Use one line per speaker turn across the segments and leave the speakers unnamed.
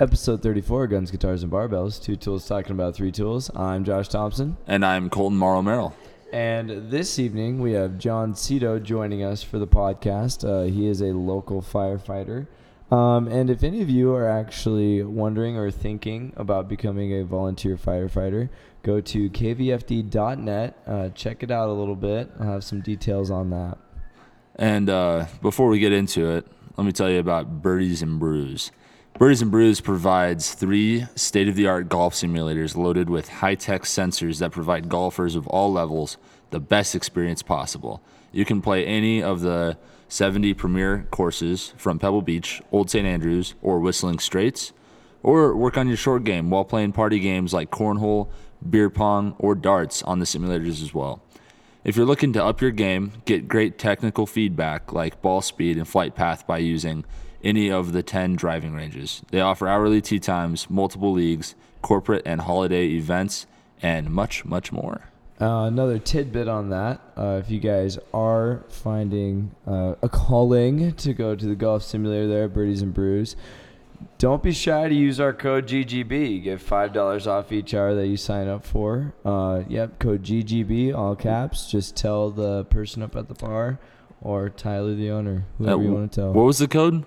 Episode 34, Guns, Guitars, and Barbells. Two tools talking about three tools. I'm Josh Thompson.
And I'm Colton Morrow Merrill.
And this evening, we have John Cito joining us for the podcast. Uh, he is a local firefighter. Um, and if any of you are actually wondering or thinking about becoming a volunteer firefighter, go to kvfd.net. Uh, check it out a little bit. I'll have some details on that.
And uh, before we get into it, let me tell you about Birdies and Brews. Birdies and Brews provides three state of the art golf simulators loaded with high tech sensors that provide golfers of all levels the best experience possible. You can play any of the 70 premier courses from Pebble Beach, Old St. Andrews, or Whistling Straits, or work on your short game while playing party games like cornhole, beer pong, or darts on the simulators as well. If you're looking to up your game, get great technical feedback like ball speed and flight path by using any of the 10 driving ranges. They offer hourly tee times, multiple leagues, corporate and holiday events, and much, much more.
Uh, another tidbit on that uh, if you guys are finding uh, a calling to go to the golf simulator there at Birdies and Brews, don't be shy to use our code GGB. You get five dollars off each hour that you sign up for. Uh, yep, code GGB, all caps. Just tell the person up at the bar, or Tyler the owner, whoever
Uh,
you want to tell.
What was the code?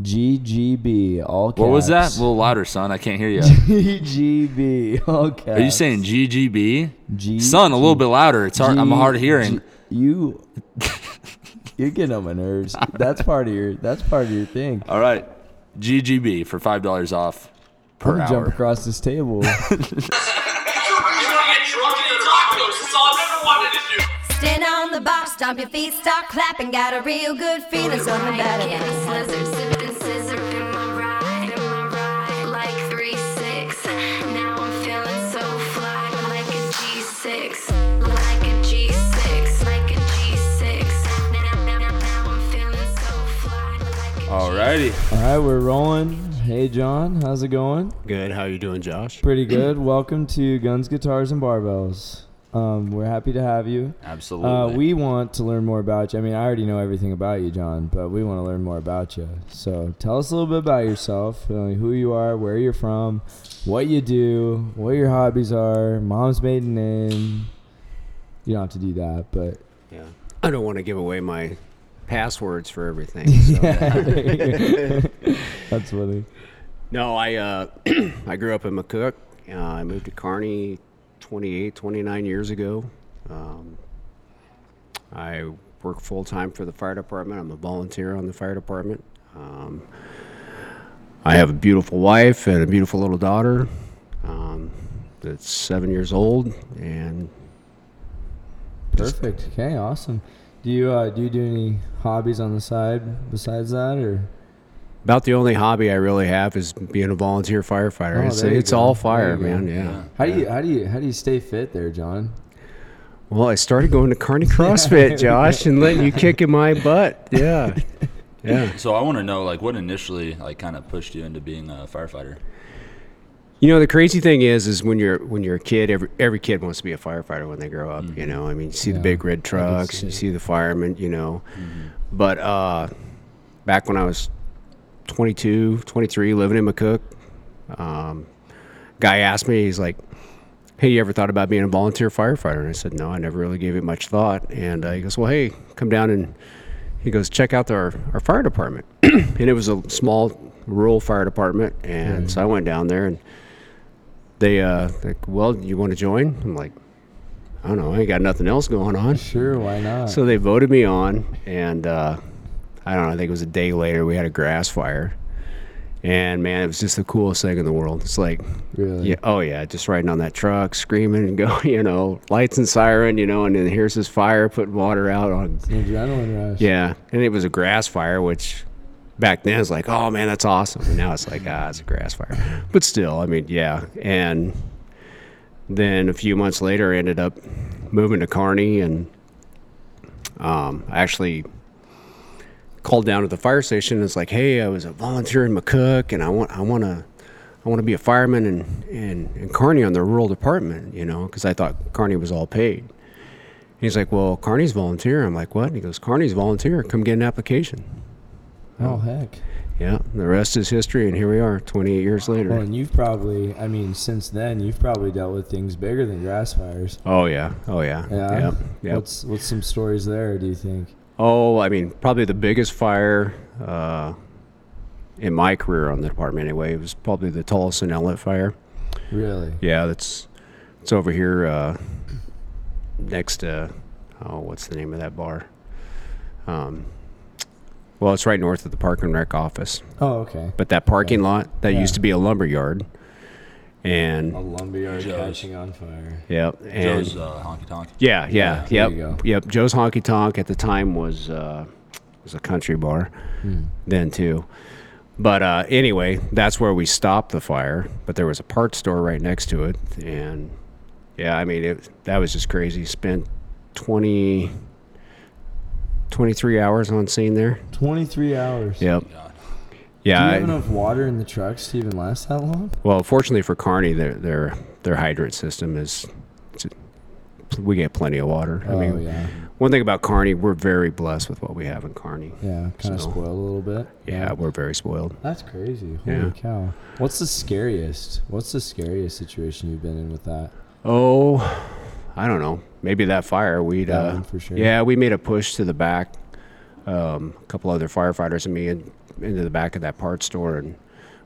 GGB, all caps.
What was that? A little louder, son. I can't hear you.
GGB, all caps.
Are you saying GGB?
G-
Son, a little bit louder. It's hard. I'm hard of
G-
hearing.
G- you, you're getting on my nerves. That's part of your. That's part of your thing.
All right. GGB for $5 off
I'm
per
gonna jump
hour.
across this table.
You're gonna get drunk and eat tacos. That's all I've ever wanted to do.
Stand on the box, stomp your feet, start clapping. Got a real good feeling, something better than
Six, like a G6, like a G6. Now, now, now, now I'm feeling so fly, like a
All righty.
All right, we're rolling. Hey, John, how's it going?
Good. How are you doing, Josh?
Pretty good. Welcome to Guns, Guitars, and Barbells. Um, we're happy to have you.
Absolutely.
Uh, we want to learn more about you. I mean, I already know everything about you, John, but we want to learn more about you. So tell us a little bit about yourself, uh, who you are, where you're from, what you do, what your hobbies are, mom's maiden name. You don't have to do that, but
Yeah. I don't want to give away my passwords for everything. So.
that's funny.
No, I uh, I grew up in McCook. Uh, I moved to Kearney 28, 29 years ago. Um, I work full time for the fire department. I'm a volunteer on the fire department. Um, I have a beautiful wife and a beautiful little daughter um, that's seven years old, and
Perfect. Okay, awesome. Do you uh, do you do any hobbies on the side besides that, or
About the only hobby I really have is being a volunteer firefighter.
Oh,
it's
there you
it's
go.
all
There
fire,
you go.
man. Yeah.
how do you how do you how do you stay fit there, John?
Well, I started going to Carney CrossFit, Josh, and letting you kick in my butt. Yeah. Yeah.
so I want to know, like, what initially, like, kind of pushed you into being a firefighter?
You know, the crazy thing is, is when you're when you're a kid, every every kid wants to be a firefighter when they grow up. You know, I mean, you see the
Mm-hmm. Yeah,
big red
I can
trucks,
see Mm-hmm.
you
it.
see the firemen. You know, but uh, back when I was 22, 23, living in McCook, um, guy asked me, he's like, "Hey, you ever thought about being a volunteer firefighter?" And I said, "No, I never really gave it much thought." And uh, he goes, "Well, hey, come down and." He goes, check out our, our fire department. and it was a small rural fire department. And so I went down there and they uh like well you want to join i'm like i don't know i ain't got nothing else going on
Sure, why not?
so they voted me on and uh i don't know i think it was a day later we had a grass fire and man it was just the coolest thing in the world it's like
really,
yeah oh yeah just riding on that truck screaming and go you know lights and siren you know and then here's this fire putting water out on
It's an adrenaline rush.
yeah and it was a grass fire which back then it's like oh man that's awesome and now it's like ah it's a grass fire but still i mean yeah and then a few months later I ended up moving to Kearney and um, I actually called down to the fire station and it's like hey I was a volunteer in McCook and I want I want to I want to be a fireman in, in, in Kearney on the rural department you know because I thought Kearney was all paid he's like well Kearney's volunteer I'm like what and he goes Kearney's volunteer come get an application
Oh heck.
yeah, the rest is history, and here we are, 28 years
Well,
later.
and you've probably, I mean, since then, you've probably dealt with things bigger than grass fires.
Oh yeah, oh yeah,
Yeah.
Yep, yep.
What's what's some stories there? Do you think?
Oh, I mean, probably the biggest fire uh, in my career on the department, anyway, was probably the Tolleson Outlet fire.
Really?
Yeah, that's it's over here uh, next to oh, what's the name of that bar? Um, well, it's right north of the Park and Rec office.
Oh, okay.
But that parking lot that
Yeah. Oh,
used to be a lumber yard, and
A lumberyard
Joe's.
catching on fire.
yep, and
Joe's uh, honky tonk.
yeah, yeah,
there
yep,
you go.
yep. Joe's Honky Tonk at the time was uh, was a country bar
Hmm.
then too. But uh, anyway, that's where we stopped the fire. But there was a parts store right next to it, and yeah, I mean it. That was just crazy. Spent 20, 23 hours on scene there.
Twenty-three hours.
Yep.
God.
Oh, Do
Yeah.
you
I-
have enough water in the trucks to even last that long?
Well, fortunately for Carney, their their their hydrant system is it's a- we get plenty of water. I
oh
mean,
yeah,
one thing about Carney, we're very blessed with what we have in Carney.
yeah. Kind of
So-
spoiled a little bit.
Yeah, we're very spoiled.
That's crazy. Holy
Yeah.
cow. What's the scariest? What's the scariest situation you've been in with that?
Oh, I don't know. Maybe that fire. We'd
That
uh,
one for sure.
yeah, we made a push to the back. Um, a couple other firefighters and me in, into the back of that parts store, and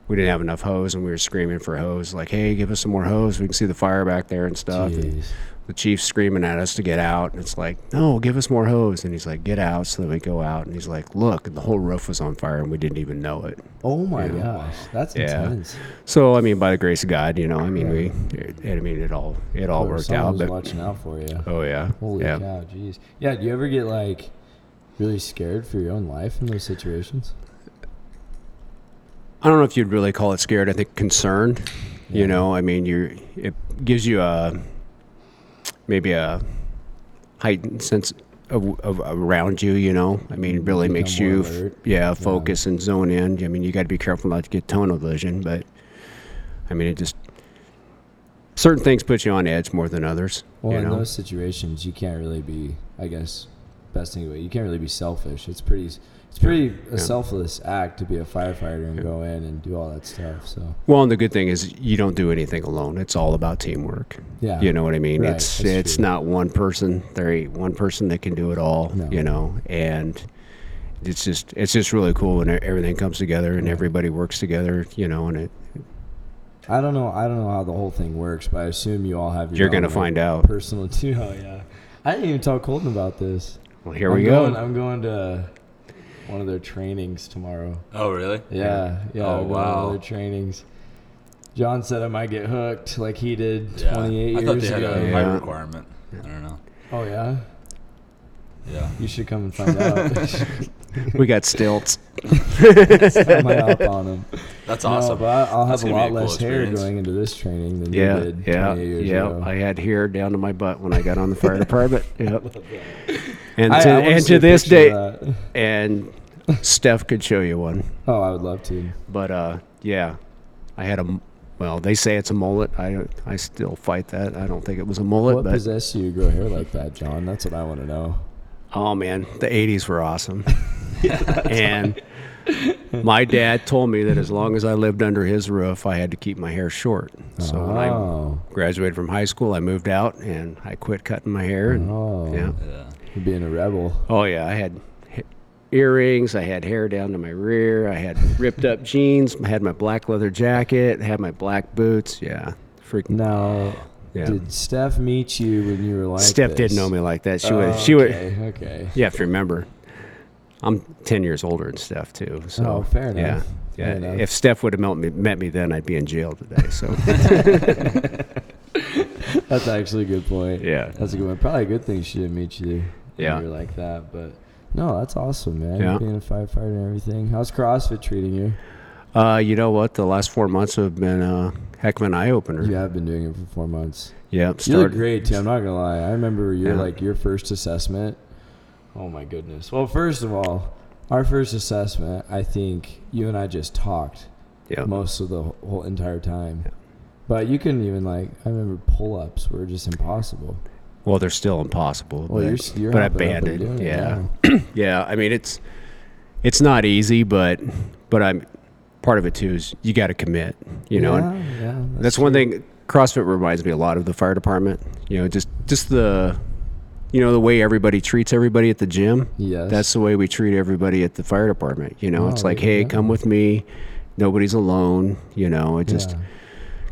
we didn't have enough hose, and we were screaming for hose, like, "Hey, give us some more hose. We can see the fire back there and stuff." And
Jeez.
the chief's screaming at us to get out, and it's like, "No, give us more hose." And he's like, "Get out!" So then we go out, and he's like, "Look, and the whole roof was on fire, and we didn't even know it."
Oh my gosh, that's
Yeah.
intense.
So I mean, by the grace of God, you know, I mean, we, it, I mean, it all, it all
Or
worked out.
someone's
But,
watching out for you.
oh yeah,
Holy
yeah.
cow, jeez. Yeah, do you ever get like really scared for your own life in those situations?
I don't know if you'd really call it scared. I think concerned. You know, I mean, you it gives you a maybe a heightened sense of, of around you. You know, I mean, really
Become
makes
more
you
alert.
yeah focus and zone in. I mean, you got to be careful not to get tunnel vision, but I mean, it just certain things put you on edge more than others.
Well,
you
in
know?
those situations, you can't really be, I guess, best thing about it, you can't really be selfish. It's pretty, it's pretty a selfless act to be a firefighter and go in and do all that stuff. So
Well, and the good thing is you don't do anything alone. It's all about teamwork.
Yeah.
You know what I mean?
Right,
It's
that's
it's
true.
not one person. There ain't one person that can do it all,
No.
you know. And it's just it's just really cool when e, everything comes together and everybody works together, you know, and it
I don't know, I don't know how the whole thing works, but I assume you all have your
You're gonna
own, like,
find out.
personal too. Oh yeah, I didn't even tell Colton about this.
Well, here
I'm
we
going,
go.
I'm going to one of their trainings tomorrow.
Oh really?
Yeah, yeah.
Oh,
I got
wow.
Other trainings. John said I might get hooked like he did
Yeah.
28
I thought
years
they had
ago.
a height
Yeah.
requirement. I don't know.
Oh yeah,
Yeah.
you should come and find out.
we got stilts.
I might hop on him.
That's
No,
awesome.
but I- I'll have
That's
a
gonna be
lot
cool
less hair
experience.
going into this training than
Yeah.
you did
Yeah.
28 years
Yeah.
ago.
I had hair down to my butt when I got on the fire department. Yep. And
I-
to,
I wanna
and
see
to
a
this
picture
day
of that.
and Steph could show you one.
Oh, I would love to.
But uh, yeah, I had a m- well. They say it's a mullet. I I still fight that. I don't think it was a mullet.
What
but
possessed you to grow hair like that, John? That's what I want to know.
oh man, the '80s were awesome. and my dad told me that as long as I lived under his roof, I had to keep my hair short. So when I
oh,
graduated from high school, I moved out and I quit cutting my hair. And
Oh.
yeah,
yeah.
you're being a rebel.
oh yeah, I had. he- Earrings. I had hair down to my rear. I had ripped up jeans. I had my black leather jacket. Had my black boots. Yeah, freaking
Now,
Yeah.
did Steph meet you when you were like
Steph
this?
did know me like that. She was.
Oh, okay,
She was.
Okay.
You have to remember, I'm ten years older than Steph too. So
Oh, fair enough.
Yeah.
Fair
Yeah,
enough.
if Steph would have met me, met me then, I'd be in jail today. So
That's actually a good point.
Yeah.
That's a good one. Probably a good thing she didn't meet you.
Yeah.
You're like that, but no, that's awesome, man.
Yeah.
Being a firefighter and everything. How's CrossFit treating you?
uh, you know what? The last four months have been a heck of an eye opener.
You have been doing it for four months.
Yep.
You look
started-
great too. I'm not gonna lie. I remember your
Yeah.
like your first assessment. Oh my goodness. Well, first of all, our first assessment. I think you and I just talked
Yep.
most of the wh- whole entire time. But you couldn't even like. I remember pull-ups were just impossible.
Well, they're still impossible.
Well,
but,
you're, s- you're
but I
hopping up and
banded.
doing it
Yeah.
now.
yeah. I mean, it's it's not easy, but but I'm part of it too is you got to commit. You know, and
Yeah, yeah,
that's one thing. CrossFit reminds me a lot of the fire department. You know, just just the you know the way everybody treats everybody at the gym.
Yes.
that's the way we treat everybody at the fire department. You know, it's
Oh,
like, hey,
yeah.
come with me. Nobody's alone. You know, it just
Yeah.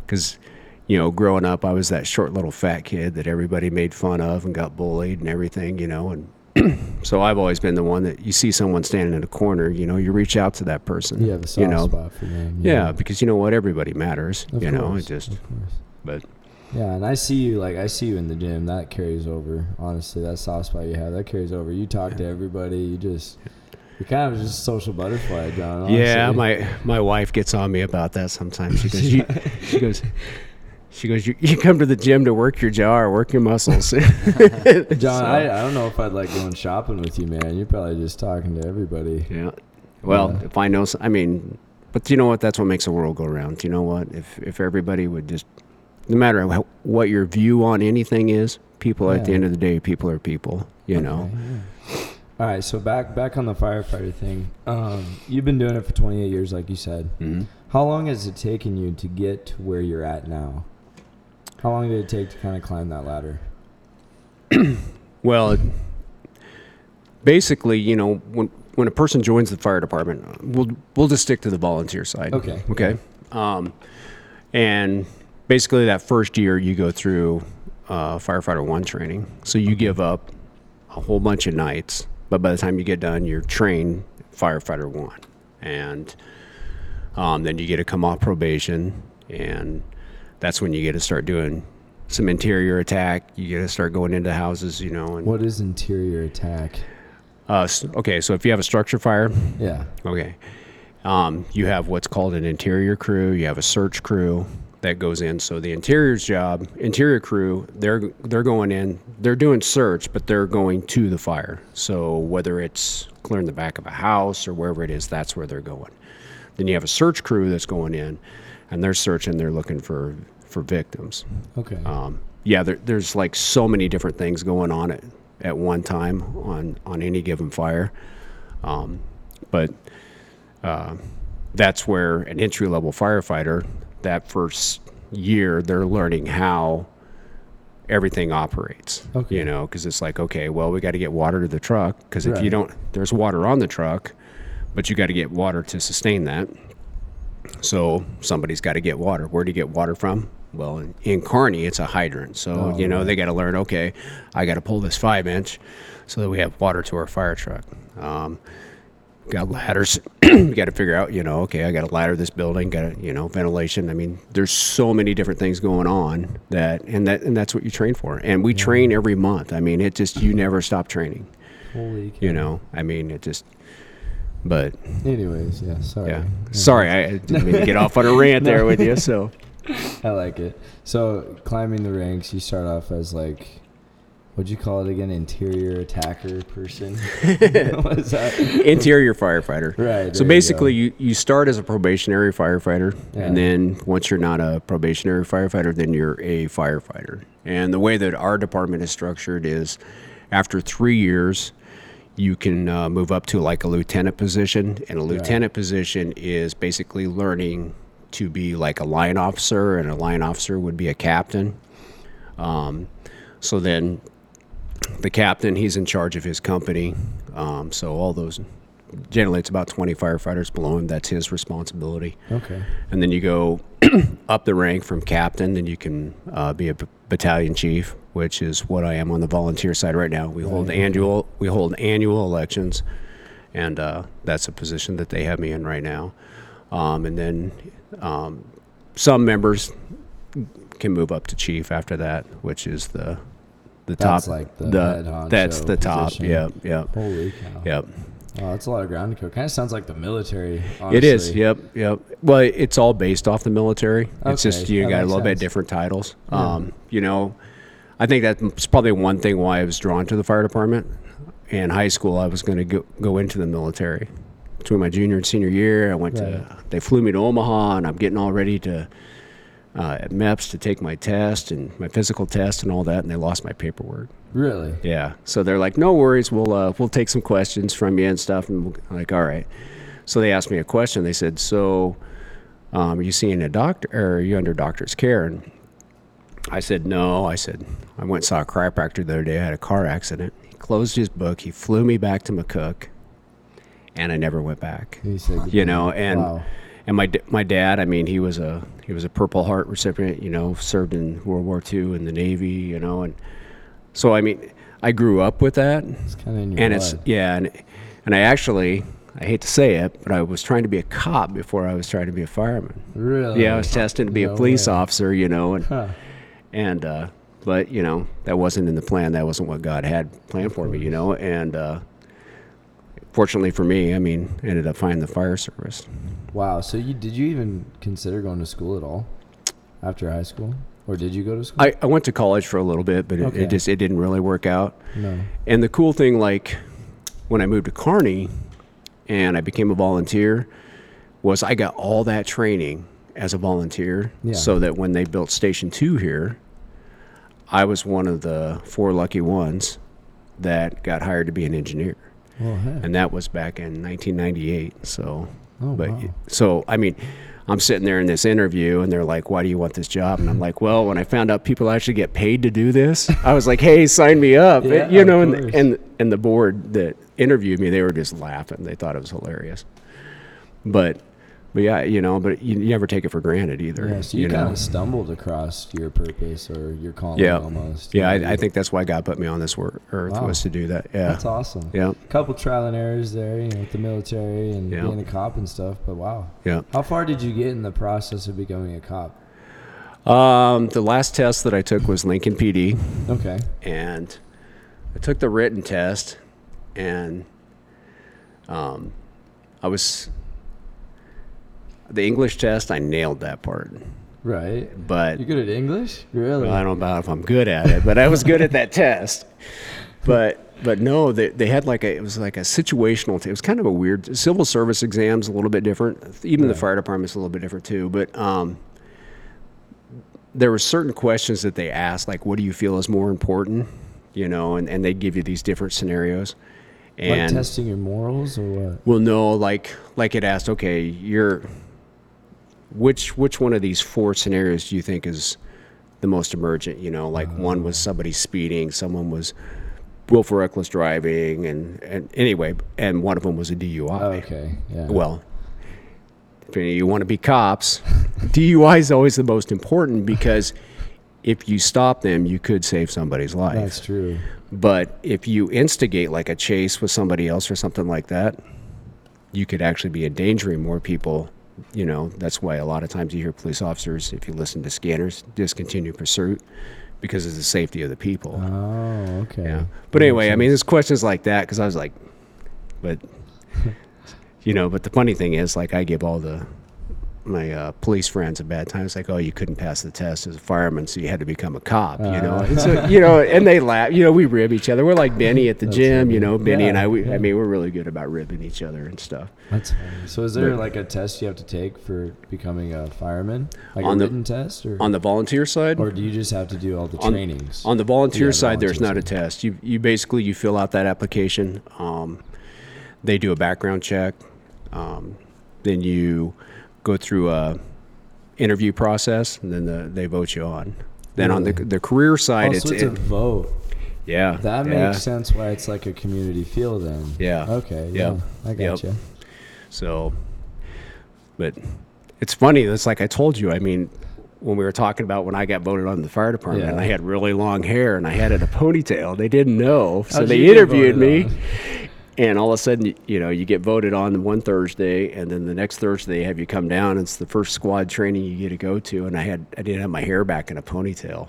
because you know growing up i was that short little fat kid that everybody made fun of and got bullied and everything you know and so i've always been the one that you see someone standing in a corner you know you reach out to that person
You have a soft
you know
spot for them.
yeah. because you know what everybody matters
Of
you know
course,
it just
of course.
but
Yeah, and I see you like I see you in the gym. That carries over. Honestly, that soft spot you have that carries over. You talk to everybody. You just you're kind of just a social butterfly, John. Honestly.
yeah my my wife gets on me about that sometimes she goes you, she goes she goes you, you come to the gym to work your jaw or work your muscles
John. I, I don't know if I'd like going shopping with you, man. You're probably just talking to everybody.
Yeah. Well, if I know, s- I mean, but you know what? That's what makes the world go round. Do you know what? If if everybody would just, no matter how, what your view on anything is, people at the
Yeah.
end of the day, people are people. You know.
All right, so back back on the firefighter thing. Um, you've been doing it for 28 years, like you said. Mm-hmm. How long has it taken you to get to where you're at now? How long did it take to kind of climb that ladder?
Well, it- basically, you know, when when a person joins the fire department, we'll we'll just stick to the volunteer side.
Okay.
Okay. Um, and basically, that first year you go through uh, firefighter one training, so you give up a whole bunch of nights, but by the time you get done, you're trained firefighter one, and um, then you get to come off probation, and that's when you get to start doing some interior attack. You get to start going into houses, you know. And,
What is interior attack?
uh, s- okay, so if you have a structure fire,
Yeah.
okay, um, you have what's called an interior crew. You have a search crew that goes in. So the interior's job, interior crew, they're they're going in. They're doing search, but they're going to the fire. So whether it's clearing the back of a house or wherever it is, that's where they're going. Then you have a search crew that's going in, and they're searching. They're looking for for victims
Okay.
um, yeah, there, there's like so many different things going on at, at one time on, on any given fire. Um, but uh, that's where an entry level firefighter, that first year, they're learning how everything operates.
Okay.
You know, because it's like, okay, well, we got to get water to the truck because if
Right.
you don't, there's water on the truck, but you got to get water to sustain that. So somebody's got to get water. Where do you get water from? Well, in, in Kearney, it's a hydrant. So,
Oh,
you know, they got to learn okay, I got to pull this five inch so that we have water to our fire truck. Um, got ladders. you got to figure out, you know, okay, I got to ladder this building, got to, you know, ventilation. I mean, there's so many different things going on that, and that, and that's what you train for. And we train every month. I mean, it just, you never stop training,
Holy. cow.
you know, I mean, it just, but
Anyways, yeah. Sorry.
yeah. Sorry, I I didn't mean to get off on a rant there with you. So,
I like it. So climbing the ranks, you start off as like, what'd you call it again? Interior attacker person. what is that?
interior firefighter.
Right, there you
So basically,
go.
you, you start as a probationary firefighter,
Yeah.
and then once you're not a probationary firefighter, then you're a firefighter. And the way that our department is structured is, after three years, you can uh, move up to like a lieutenant position, and a lieutenant position is basically learning to be like a line officer, and a line officer would be a captain. Um, so then the captain, he's in charge of his company. Um, so all those, generally it's about 20 firefighters below him. That's his responsibility.
Okay.
And then you go up the rank from captain, then you can uh, be a b- battalion chief, which is what I am on the volunteer side right now. We hold annual we hold annual elections, and uh, that's a position that they have me in right now. Um, and then um, some members can move up to chief after that, which is the the
That's
top
like the head honcho
that's the top.
position.
Yep, yep,
Holy cow.
yep.
Wow, that's a lot of ground to cover. Kind of sounds like the military. Honestly.
It is. Yep. Yep. Well, it's all based off the military. It's just
Okay,
you
that
got a
makes
little
sense.
bit different titles. Um, you know, I think that's probably one thing why I was drawn to the fire department. In high school, I was going to go, go into the military. Between my junior and senior year, I went to. They flew me to Omaha, and I'm getting all ready to uh, at MEPS to take my test and my physical test and all that, and they lost my paperwork.
Really?
Yeah. So they're like, no worries. We'll uh, we'll take some questions from you and stuff. And we'll- I'm like, all right. So they asked me a question. They said, so um, are you seeing a doctor or are you under doctor's care? And I said, no. I said, I went and saw a chiropractor the other day. I had a car accident. He closed his book. He flew me back to McCook, and I never went back
He said,
you know and
Wow.
and my d- my dad i mean he was a he was a purple heart recipient you know served in world war ii in the navy you know and so i mean i grew up with that
kinda in your
and it's
blood.
yeah and and i actually i hate to say it but i was trying to be a cop before i was trying to be a fireman
Really?
yeah i was testing to be
Oh, No
a police
way.
officer you know and
Huh.
and uh but you know that wasn't in the plan that wasn't what god had planned for me you know and uh fortunately for me i mean ended up finding the fire service
Wow. So you did you even consider going to school at all after high school, or did you go to school?
I, I went to college for a little bit, but it,
Okay.
it just it didn't really work out.
no.
And the cool thing, like when I moved to Kearney and I became a volunteer, was I got all that training as a volunteer,
Yeah.
so that when they built Station Two here, I was one of the four lucky ones that got hired to be an engineer,
Well, heck.
and that was back in 1998. So,
Oh,
but
wow.
so I mean. I'm sitting there in this interview and they're like, why do you want this job? And I'm like, well, when I found out people actually get paid to do this, I was like, hey, sign me up.
Yeah,
you
of
know, and,
course.
and, and the board that interviewed me, they were just laughing. They thought it was hilarious. But, but yeah, you know, but you never take it for granted either.
Yeah, so you,
know?
kind of stumbled across your purpose or your calling
yeah.
almost.
Yeah, I, I think that's why God put me on this wor- earth
Wow.
was to do that. Yeah.
That's awesome.
Yeah.
Couple trial and errors there, you know, with the military and
Yeah.
being a cop and stuff, but wow.
Yeah.
How far did you get in the process of becoming a cop?
Um, the last test that I took was Lincoln PD.
Okay.
and I took the written test, and um, I was the English test. I nailed that part,
Right.
but
You're good at English? Really?
I don't know if I'm good at it. But I was good at that test. But but no, they, they had like a it was like a situational. T- it was kind of a weird civil service exams a little bit different. Even the fire department's a little bit different too. But um, there were certain questions that they asked, like what do you feel is more important, you know, and, and they give you these different scenarios.
like
And
testing your morals or what?
well, no, like like it asked, okay, you're which which one of these four scenarios do you think is the most emergent? You know, like one was somebody speeding, someone was willful reckless driving, and and anyway, and one of them was a DUI.
Oh, okay. Yeah.
Well, if any of you want to be cops, DUI is always the most important because if you stop them, you could save somebody's life.
that's true.
But if you instigate like a chase with somebody else or something like that, you could actually be endangering more people. You know, that's why a lot of times you hear police officers, if you listen to scanners, discontinue pursuit because of the safety of the people.
Oh, okay.
Yeah. But anyway, I mean, there's questions like that because I was like, but, you know, but the funny thing is, like, I give all the, my uh, police friends a bad time. It's like, oh, you couldn't pass the test as a fireman, so you had to become a cop, you know?
Uh.
And so, you know, and they laugh, you know, we rib each other. We're like Benny at the gym, you know, Benny and
Yeah,
I, we,
yeah.
I mean, we're really good about ribbing each other and stuff.
That's funny. So is there like a test you have to take for becoming a fireman? Like
On
a
the-
written test or
On the volunteer side,
or do you just have to do all the
on-
trainings?
On the volunteer
Yeah, the
side, there's
volunteer
not a test. You you basically you fill out that application. Um, they do a background check. Um, then you go through a interview process, and then the, they vote you on. Then on the
Really?
the career side,
also,
it's,
it's a
it-
vote.
yeah
That
yeah.
makes sense why it's like a community feel then.
Yeah.
Okay.
Yep.
Yeah. I
Yep.
gotcha.
So, but it's funny. That's like I told you. I mean, when we were talking about when I got voted on the fire department,
Yeah.
and I had really long hair and I had it a ponytail. They didn't know, so
How'd
they
you get
interviewed me.
voted on?
And all of a sudden, you know, you get voted on one Thursday, and then the next Thursday they have you come down. It's the first squad training you get to go to, and I had I didn't have my hair back in a ponytail.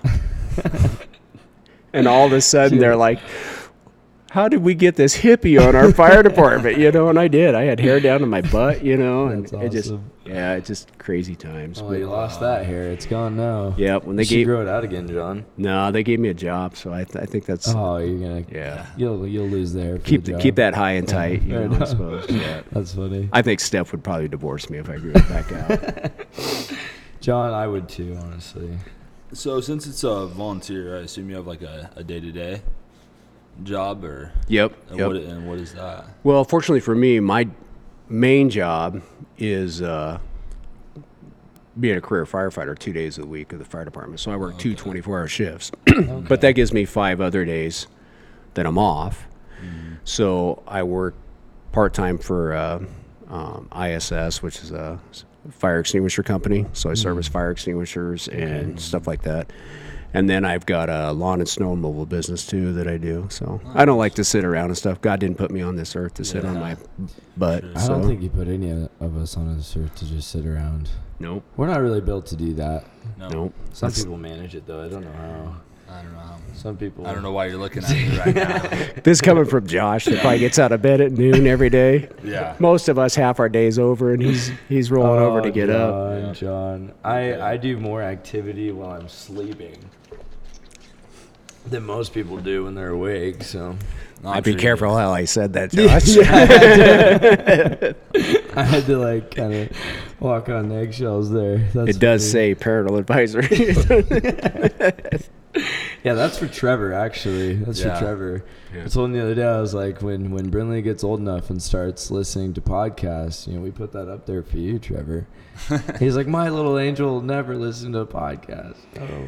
and all of a sudden they're like, how did we get this hippie on our fire department? You know, and I did. I had hair down to my butt, you know, and
That's
it just,
awesome.
yeah, it's just crazy times.
Well, you lost that hair. It's gone now.
Yeah, when they
You should
gave-
grow it out again, John.
No, they gave me a job, so I, th- I think that's
Oh, you're gonna.
yeah.
You'll you'll lose the hair. For
Keep
the
the,
job.
keep that high and tight. You
Fair
know, I
enough.
suppose. Yeah.
That's funny.
I think Steph would probably divorce me if I grew it back out.
John, I would too, honestly.
So since it's a volunteer, I assume you have like a, a day-to-day job or
Yep.
and,
yep.
what, and what is that?
Well, fortunately for me, my main job is uh, being a career firefighter two days a week at the fire department. So I work two 24 hour shifts. But that gives me five other days that I'm off.
Mm.
So I work part time for uh, um, ISS, which is a s- fire extinguisher company. So I service
Mm.
fire extinguishers and stuff like that. And then I've got a lawn and snow mobile business too that I do. So I don't like to sit around and stuff. God didn't put me on this earth to sit on my butt.
I
so
don't think he put any of us on this earth to just sit around.
nope,
We're not really built to do that.
nope.
Some people manage it though. I don't know how.
I don't know. how-
Some people.
I don't know why you're looking at me right now.
This coming from Josh that probably gets out of bed at noon every day.
Yeah. Oh,
Most of us half our day's over and he's he's rolling over to get up.
John, John, I I do more activity while I'm sleeping than most people do when they're awake. So
No, I'm
I'd be
sure you
careful how I said that, Josh.
I had to like kind of walk on eggshells there. That's
It does
funny.
say parental advisory.
Yeah, that's for Trevor actually. That's
Yeah.
for Trevor. I told him the other day I was like, when when Brinley gets old enough and starts listening to podcasts, you know, we put that up there for you, Trevor. He's like, my little angel never listened to a podcast. Oh.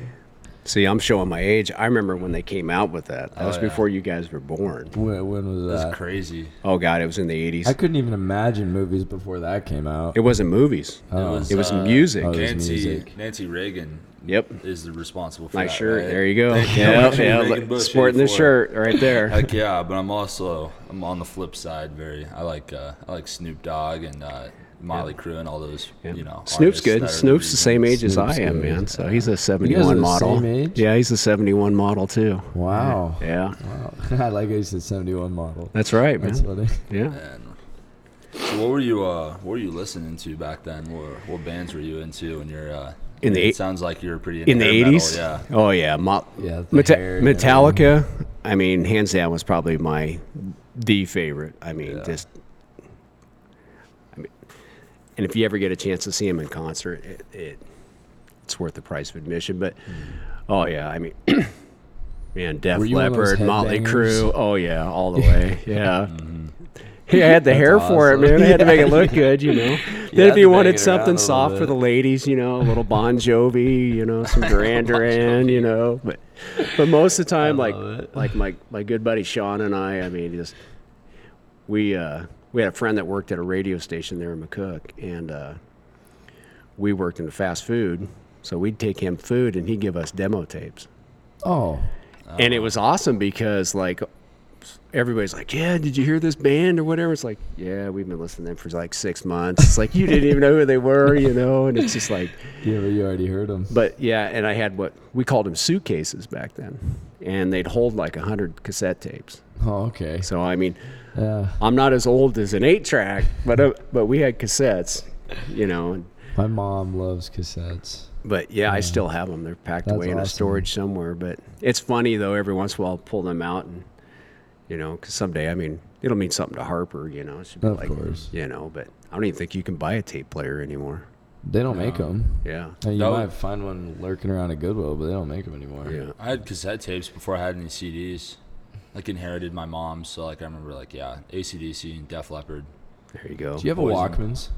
See, I'm showing my age. I remember when they came out with that. That was
Oh, yeah.
before you guys were born.
When, when was
did.
that?
That's crazy.
Oh God, it was in the
I
80s.
couldn't even imagine movies before that came out.
It wasn't movies. It was music.
oh, it was
Uh, Nancy
music.
Nancy Reagan
Yep.
is the responsible for
Nice
that,
shirt.
right?
There you go.
Thank you.
Yeah,
Reagan
yeah.
Bush,
look, sporting the
84.
shirt right there.
Heck yeah, but I'm also I'm on the flip side. Very I like uh, I like Snoop Dogg and uh, Motley Crue and all those you know.
Snoop's
artists
good.
that are
Snoop's the same age as
Snoop's
I am,
good.
man. So he's a
You guys are
71
the
model.
same age?
Yeah, he's a 71 model too.
Wow.
Yeah.
Wow. I like how you said 71 model.
That's right, man.
That's funny.
yeah.
So what were you uh what were you listening to back then? What, what bands were you into? And you're uh,
In the
it
eight-
sounds like you're pretty into
In the
hair metal,
80s?
Yeah,
Oh yeah. Mo-
Yeah, the
Meta-
hair and
Metallica. I mean, hands down was probably my the favorite. I mean, just I mean and if you ever get a chance to see him in concert, it, it it's worth the price of admission, but oh yeah, I mean Man, Def
Hmm. Were you one of those
Leppard, Motley
headbangers? Mm-hmm.
Crue. Oh yeah, all the way. Yeah. Yeah, I had the hair for it,
awesome.
man. I had to make it look good, you know. then
had
if
to
you
bang
wanted
it around a
something
little
soft for
bit.
the ladies, you know, a little Bon Jovi, you know, some Duran Duran, you know. But but most of the time, like like my my good buddy Sean and I, I mean, just we uh, we had a friend that worked at a radio station there in McCook, and uh, we worked in the fast food, so we'd take him food and he'd give us demo tapes
Oh.
and it was awesome because like everybody's like yeah did you hear this band or whatever it's like yeah we've been listening to them for like six months it's like you didn't even know who they were you know and it's just like
Yeah, but you already heard them.
but yeah and i had what we called them suitcases back then and they'd hold like a 100 cassette tapes
Oh, okay.
so i mean
Yeah.
i'm not as old as an eight track but uh, but we had cassettes you know and,
My mom loves cassettes.
But yeah, I still have them. They're packed
That's
away in a
awesome.
storage somewhere. But it's funny though. Every once in a while, I'll pull them out and you know, because someday, I mean, it'll mean something to Harper. You know, she'd be
Of
like,
course.
you know. But I don't even think you can buy a tape player anymore.
They don't make 'em. make them.
Yeah.
you
That would-
might find one lurking around at Goodwill, but they don't make them anymore.
Yeah.
I had cassette tapes before I had any CDs. Like inherited my mom's, so like I remember like yeah, ACDC and Def Leppard.
There you go.
Do you have
Poison.
a Walkman's?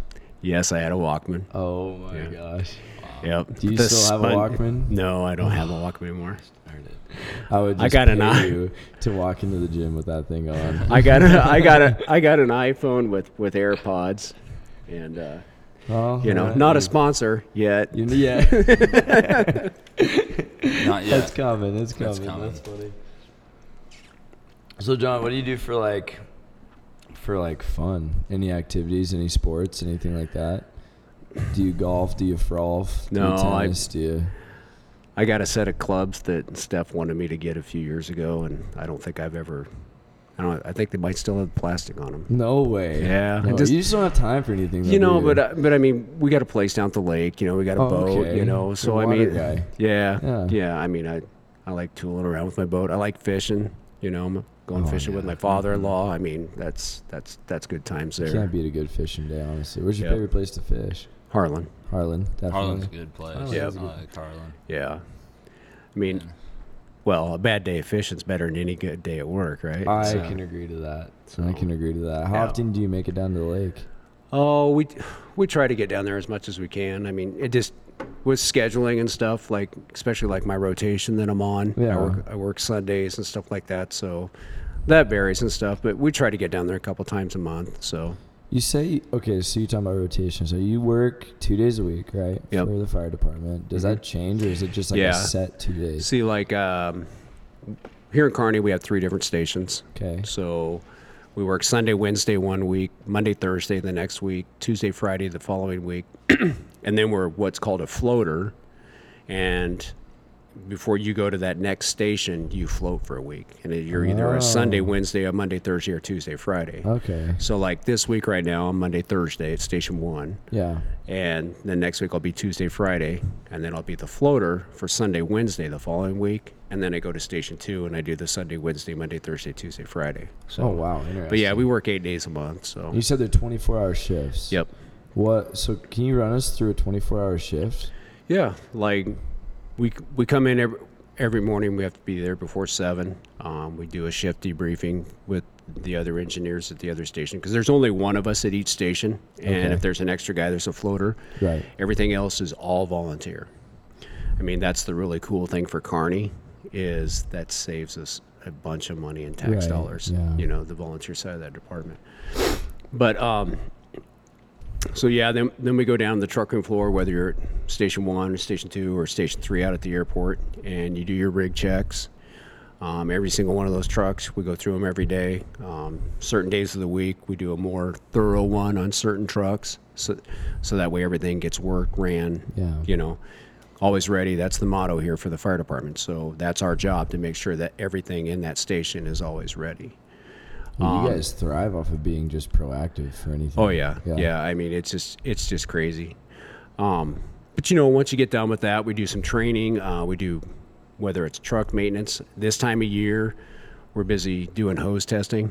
yes, I had a Walkman.
Oh my gosh.
Yep.
Do you still have a Walkman?
No, I don't have a Walkman anymore.
I would.
I
Just
got an
pay
eye.
you to walk into the gym with that thing on.
I got a, I got a, I got an iPhone with with AirPods, and uh,
Oh,
you know, not a sponsor yet.
You know, yeah,
Not
it's
yet.
coming. It's coming. That's,
That's coming.
funny. So, John, what do you do for like, for like fun? Any activities? Any sports? Anything like that? Do you golf? Do you frolf? Do
No,
you
I-
tennis? Do you?
I got a set of clubs that Steph wanted me to get a few years ago, and I don't think I've ever. I don't. I think they might still have plastic on them.
No way.
Yeah, I
No,
just-
you just don't have time for anything. though,
You know,
do
but uh, but I mean, we got a place down at the lake. You know, we got a
Oh,
boat.
okay.
You know, so
You're a
I
water
mean,
guy.
yeah,
Yeah.
yeah, I mean, I I like tooling around with my boat. I like fishing. You know, I'm going fishing with
Oh, yeah.
my father-in-law. I mean, that's that's that's good times there.
can't beat a good fishing day. Honestly, where's your
Yeah.
favorite place to fish?
Harlan.
Harlan, definitely.
Harlan's a good place.
Yeah.
I like Harlan.
Yeah. I mean, well, a bad day of fishing's better than any good day at work, right?
I
So-
can agree to that. I can agree to that. How often do you make it down to the lake?
Oh, we we try to get down there as much as we can. I mean, it just with scheduling and stuff, like especially like my rotation that I'm on.
Yeah.
I work, I work Sundays and stuff like that, so that varies and stuff. But we try to get down there a couple times a month. So
You say okay, so you're talking about rotation. So you work two days a week, right?
Yep. Mm-hmm.
For the fire department. Does that change or is it just like
Yeah.
a set two days?
see, like um, here in Kearney, we have three different stations.
Okay.
So we work Sunday, Wednesday one week, Monday, Thursday the next week, Tuesday, Friday the following week. and then we're what's called a floater. And before you go to that next station, you float for a week. And it- you're either
Oh.
a Sunday, Wednesday, a Monday, Thursday, or Tuesday, Friday.
Okay.
So, like this week right now, I'm Monday, Thursday at station one.
Yeah.
And then next week, I'll be Tuesday, Friday. And then I'll be the floater for Sunday, Wednesday the following week. And then I go to station two and I do the Sunday, Wednesday, Monday, Thursday, Tuesday, Friday. So,
Oh wow, interesting.
but yeah, we work eight days a month. So,
you said they're twenty four hour shifts.
yep.
What so can you run us through a twenty four hour shift?
Yeah, like we we come in every every morning. We have to be there before seven. Um, we do a shift debriefing with the other engineers at the other station because there's only one of us at each station, and
Okay.
if there's an extra guy, there's a floater.
Right.
Everything else is all volunteer. I mean, that's the really cool thing for Carney is that saves us a bunch of money in tax
Right,
dollars.
yeah.
You know, the volunteer side of that department. But um, so yeah, then then we go down the truck room floor, whether you're at station one or station two or station three out at the airport, and you do your rig checks. Um, every single one of those trucks, we go through them every day. Um, certain days of the week, we do a more thorough one on certain trucks, so so that way everything gets work ran.
Yeah.
You know, always ready. That's the motto here for the fire department. So that's our job to make sure that everything in that station is always ready.
Well, you guys thrive off of being just proactive for anything.
Um, Oh yeah. yeah, I mean, it's just it's just crazy. Um, but you know, once you get done with that, we do some training. Uh, we do whether it's truck maintenance. This time of year, we're busy doing hose testing.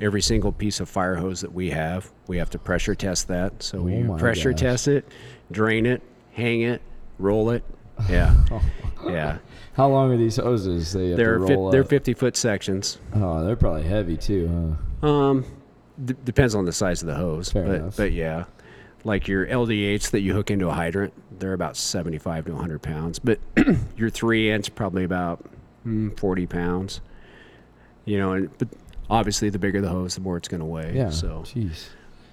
Every single piece of fire hose that we have, we have to pressure test that. So we
Oh, my
pressure
gosh.
test it, drain it, hang it, roll it. Yeah, yeah.
How long are these hoses? They have
They're
to
fif-
roll
they're
up?
50 foot sections.
Oh, they're probably heavy too, huh?
Um, d- depends on the size of the hose,
Fair
but
enough.
but yeah, like your LDHs that you hook into a hydrant, they're about seventy-five to one hundred pounds, but your three inch probably about mm, forty pounds. You know, and but obviously the bigger the hose, the more it's going to weigh.
Yeah.
So,
jeez.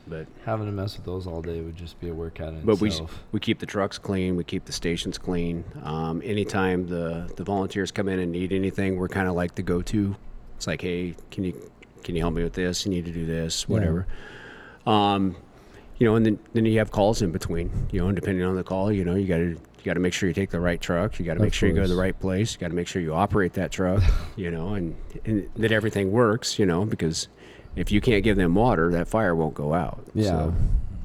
but
Having to mess with those all day would just be a workout in
but we, we keep the trucks clean, we keep the stations clean. Um, anytime the, the volunteers come in and need anything, we're kind of like the go to. It's like, hey, can you can you help me with this? You need to do this, whatever. Um, you know, and then, then you have calls in between. You know, and depending on the call, you know, you got to you got to make sure you take the right truck. You got to make sure you go to the
course.
right place. You got to make sure you operate that truck. You know, and, and that everything works. You know, because if you can't give them water, that fire won't go out.
Yeah.
So,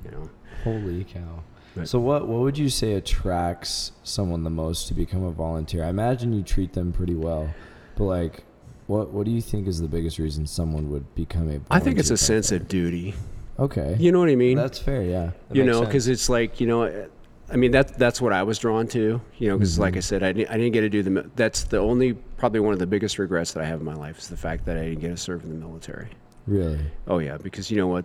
you know.
Holy cow.
Right.
So what what would you say attracts someone the most to become a volunteer? I imagine you treat them pretty well. But like what what do you think is the biggest reason someone would become a volunteer?
I think it's a
fire-
sense of duty.
Okay.
You know what I mean?
That's fair, yeah. That
you
makes
know,
sense.
because it's like you know, I mean that that's what I was drawn to. You know, because like
Mm-hmm.
I said, I didn't, I didn't get to do the. mi- That's the only probably one of the biggest regrets that I have in my life is the fact that I didn't get to serve in the military.
really.
Oh yeah, because you know what,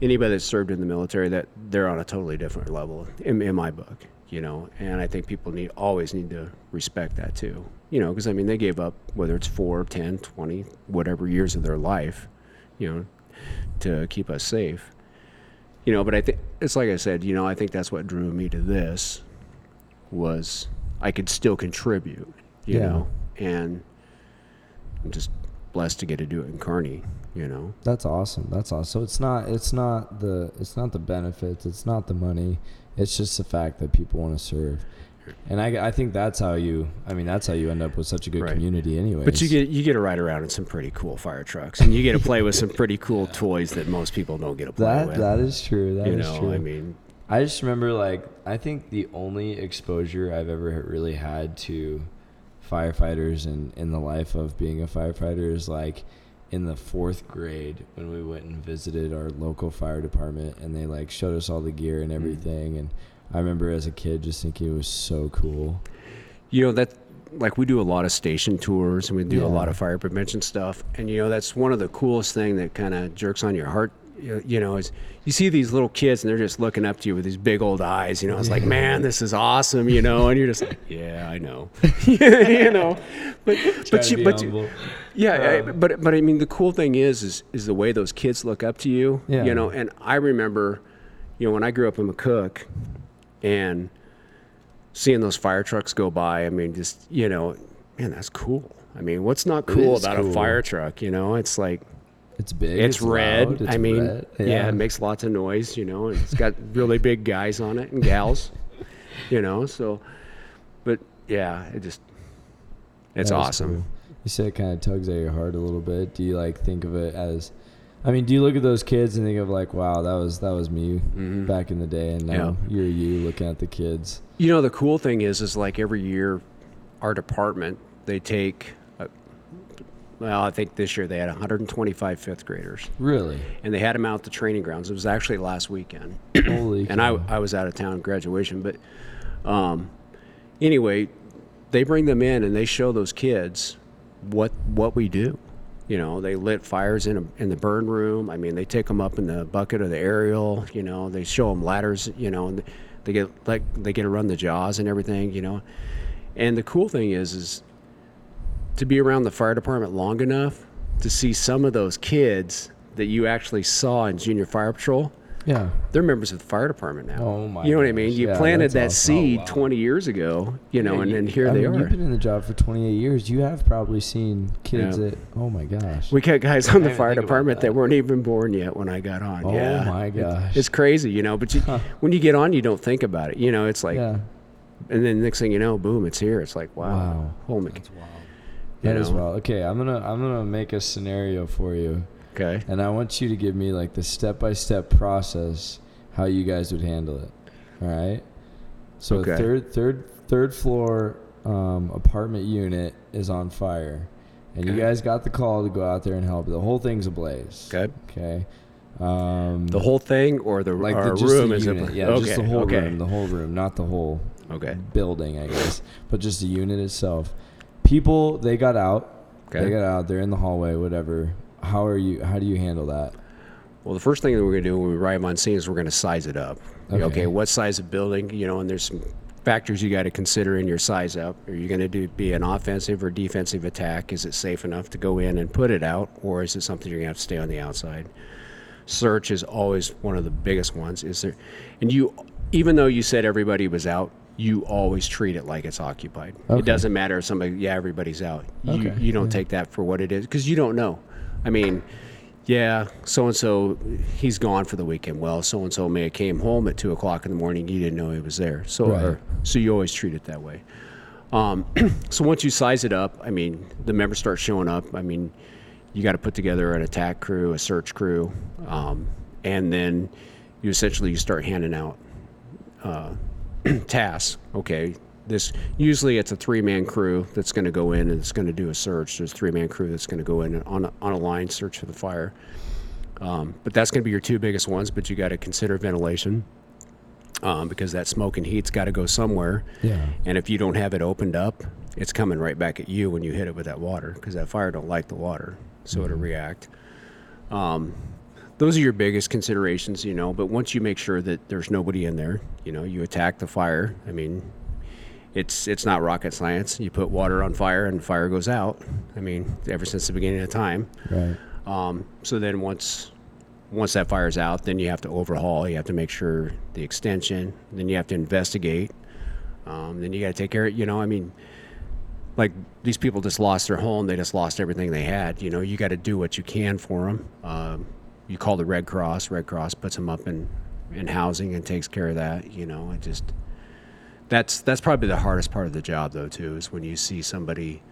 anybody that served in the military that they're on a totally different level in, in my book. You know, and I think people need always need to respect that too. You know, because I mean they gave up whether it's four, 10, 20, whatever years of their life, you know, to keep us safe. You know, but I think it's like I said, you know, I think that's what drew me to this was I could still contribute, you
Yeah.
know, and I'm just blessed to get to do it in Kearney, you know.
That's awesome. That's awesome. So it's not it's not the it's not the benefits. It's not the money. It's just the fact that people want to serve. And I, I think that's how you I mean that's how you end up with such a good
Right.
community anyway.
But you get you get to ride around in some pretty cool fire trucks, and you get to play with some pretty cool toys that most people don't get to play
that
with.
that is true. That is
you know,
true.
I mean,
I just remember like I think the only exposure I've ever really had to firefighters and in the life of being a firefighter is like in the fourth grade when
Mm.
we went and visited our local fire department and they like showed us all the gear and everything and I remember as a kid just thinking it was so cool.
You know that like we do a lot of station tours and we do
Yeah.
a lot of fire prevention stuff and you know that's one of the coolest thing that kind of jerks on your heart you you know is you see these little kids and they're just looking up to you with these big old eyes you know it's like man this is awesome you know and you're just like yeah i know you know but but you but you, yeah,
Um,
I, but but I mean, the cool thing is, is is the way those kids look up to you.
Yeah.
You know, and I remember, you know, when I grew up in McCook, and seeing those fire trucks go by. I mean, just you know, man, that's cool. I mean, what's not cool
is
about
cool.
a fire truck? You know, it's like
it's big.
it's, red.
loud, it's
I mean,
red,
Yeah. it makes lots of noise. You know, and it's got really big guys on it and gals. you know, so, but yeah, it just it's
That is
awesome.
cool. You said it kind of tugs at your heart a little bit. Do you like think of it as? I mean, do you look at those kids and think of like, wow, that was that was me back in the day, and now
Mm-hmm. Yeah.
you're you looking at the kids.
You know, the cool thing is, is like every year, our department they take. uh well, I think this year they had 125 fifth graders,
Really?
and they had them out at the training grounds. It was actually last weekend,
Holy.
and I,
cow.
I was out of town at graduation. But um, anyway, they bring them in and they show those kids what what we do. You know, they lit fires in a, in the burn room. I mean, they take them up in the bucket of the aerial. You know, they show them ladders. You know, and they get like they get to run the jaws and everything. You know, and the cool thing is is to be around the fire department long enough to see some of those kids that you actually saw in junior fire patrol
yeah.
they're members of the fire department now.
Oh, my
You know what I mean?
gosh.
You
Yeah,
planted
that's
that
awesome. Oh,
seed 20 years ago, you know, and then here
I
they
mean,
are.
You've been in the job for 28 years. You have probably seen kids
Yeah.
that. Oh my gosh.
we got guys on the fire
think about
department that.
that.
weren't even born yet when I got on.
Oh,
yeah.
my
It's-
gosh.
It's, crazy, you know, but you, when you get on, you don't think about it. You know, it's like,
yeah.
and then next thing you know, boom, it's here. It's like, wow.
Wow.
Holy cow. you
That is
know.
wild. Okay, I'm gonna I'm gonna make a scenario for you,
Okay.
and I want you to give me like the step by step process how you guys would handle it. All right. So
Okay.
third third third floor um, apartment unit is on fire, and you guys got the call to go out there and help. The whole thing's ablaze.
Okay.
Okay. Um,
The whole thing or the,
like
our
the, just
room
the
is
unit.
a,
yeah,
okay.
just the whole
okay.
room, the whole room, not the whole
okay.
building, I guess, but just the unit itself. People, they got out. They
Okay.
got out. They're in the hallway. Whatever. How are you? How do you handle that?
Well, the first thing that we're going to do when we arrive on scene is we're going to size it up. Okay.
Okay.
what size of building, you know, and there's some factors you got to consider in your size up. Are you going to do be an offensive or defensive attack? Is it safe enough to go in and put it out, or is it something you're going to have to stay on the outside? Search is always one of the biggest ones. Is there, and you, even though you said everybody was out, you always treat it like it's occupied.
Okay.
It doesn't matter if somebody, yeah, everybody's out. You,
Okay,
you don't take that for what it is because you don't know. I mean, yeah, so and so, he's gone for the weekend. Well, so and so may have came home at two o'clock in the morning. You didn't know he was there. So,
Right.
or- so you always treat it that way. Um, so once you size it up, I mean, the members start showing up. I mean, you got to put together an attack crew, a search crew, um, and then you essentially you start handing out tasks. Okay, this usually it's a three-man crew that's going to go in and it's going to do a search. There's a three-man crew that's going to go in and on a, on a line search for the fire. Um, but that's going to be your two biggest ones. But you got to consider ventilation um, because that smoke and heat's got to go somewhere.
Yeah.
And if you don't have it opened up, it's coming right back at you when you hit it with that water because that fire don't like the water, so it'll react. Um, Those are your biggest considerations, you know. But once you make sure that there's nobody in there, you know, you attack the fire. I mean, it's it's not rocket science. You put water on fire and fire goes out. I mean, ever since the beginning of time.
Right.
Um, so then once once that fire's out, then you have to overhaul. You have to make sure the extension. Then you have to investigate. Um, then you got to take care. of You know, I mean, like these people just lost their home. They just lost everything they had. You know, you got to do what you can for them. Um, you call the Red Cross. Red Cross puts them up in in housing and takes care of that. You know, it just that's that's probably the hardest part of the job though too is when you see somebody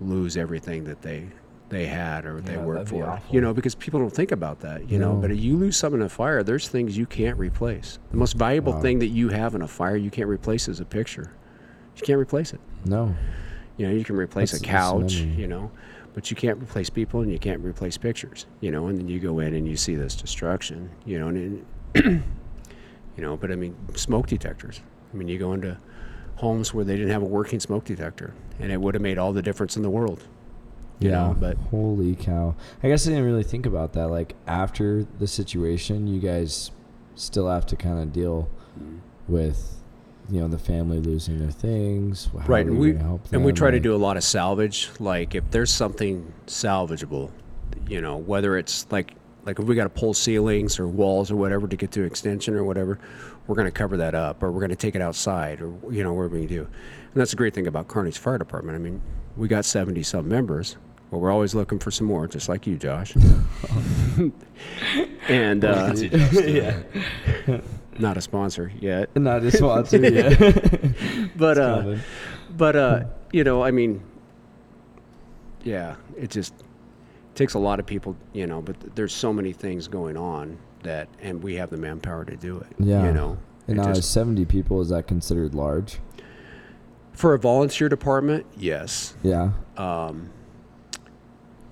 lose everything that they they had or they worked for you know because people don't think about that you know but if you lose something in a fire there's things you can't replace the most valuable thing that you have in a fire you can't replace is a picture you can't replace it
No.
you know you can replace
That's-
a
that's
couch
memory.
you know but you can't replace people and you can't replace pictures you know and then you go in and you see this destruction you know and it, you know. But I mean, smoke detectors. I mean, you go into homes where they didn't have a working smoke detector, and it would have made all the difference in the world. You know, but
holy cow! I guess I didn't really think about that. Like after the situation, you guys still have to kind of deal
Mm-hmm.
with, you know, the family losing their things. How
right
are
and we
gonna help
and we
them?
try to
Like,
do a lot of salvage like if there's something salvageable you know whether it's like like if we got to pull ceilings or walls or whatever to get to extension or whatever we're going to cover that up or we're going to take it outside or you know whatever we do and that's the great thing about carney's fire department i mean we got 70 some members but we're always looking for some more just like you josh and uh, not a sponsor yet
Not a sponsor yet.
but uh,
coming.
but uh, you know, I mean, yeah, it just takes a lot of people, you know. But th- there's so many things going on that, and we have the manpower to do it.
Yeah.
you know,
and
It
now it's
just-
seventy people. Is that considered large?
for a volunteer department, yes,
Yeah.
Uh,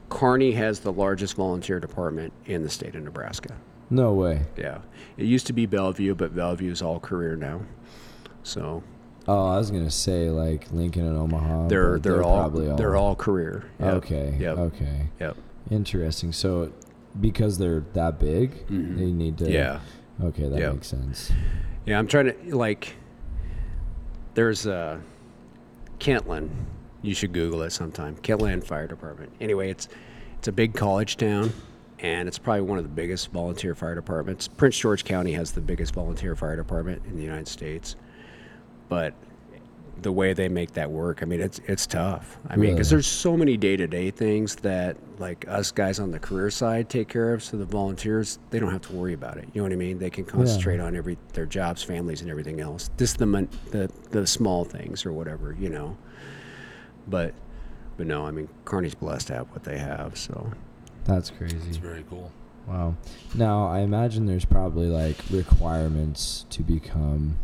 Kearney has the largest volunteer department in the state of Nebraska.
No way.
Yeah, it used to be Bellevue, but Bellevue is all career now. So
Oh, I was gonna say like Lincoln and Omaha.
they're
but
they're, all,
probably all
they're all career. Yep.
okay.
Yep.
Okay.
Yep.
Interesting. So, because they're that big, they need to.
Mm-hmm. Yeah.
Okay, that
Yeah.
makes sense.
Yeah, I'm trying to like. There's uh, Kentland. You should Google it sometime. Kentland Fire Department. Anyway, it's it's a big college town, and it's probably one of the biggest volunteer fire departments. Prince George County has the biggest volunteer fire department in the United States, but the way they make that work, I mean, it's it's tough. I mean, because
Really?
there's so many day to day things that like us guys on the career side take care of, so the volunteers they don't have to worry about it. You know what I mean? They can concentrate on every their jobs, families, and everything else. Just the mon- the the small things or whatever, you know. But but no, I mean, Carney's blessed to have what they have. So
That's crazy.
Very cool.
Wow. Now, I imagine there's probably like requirements to become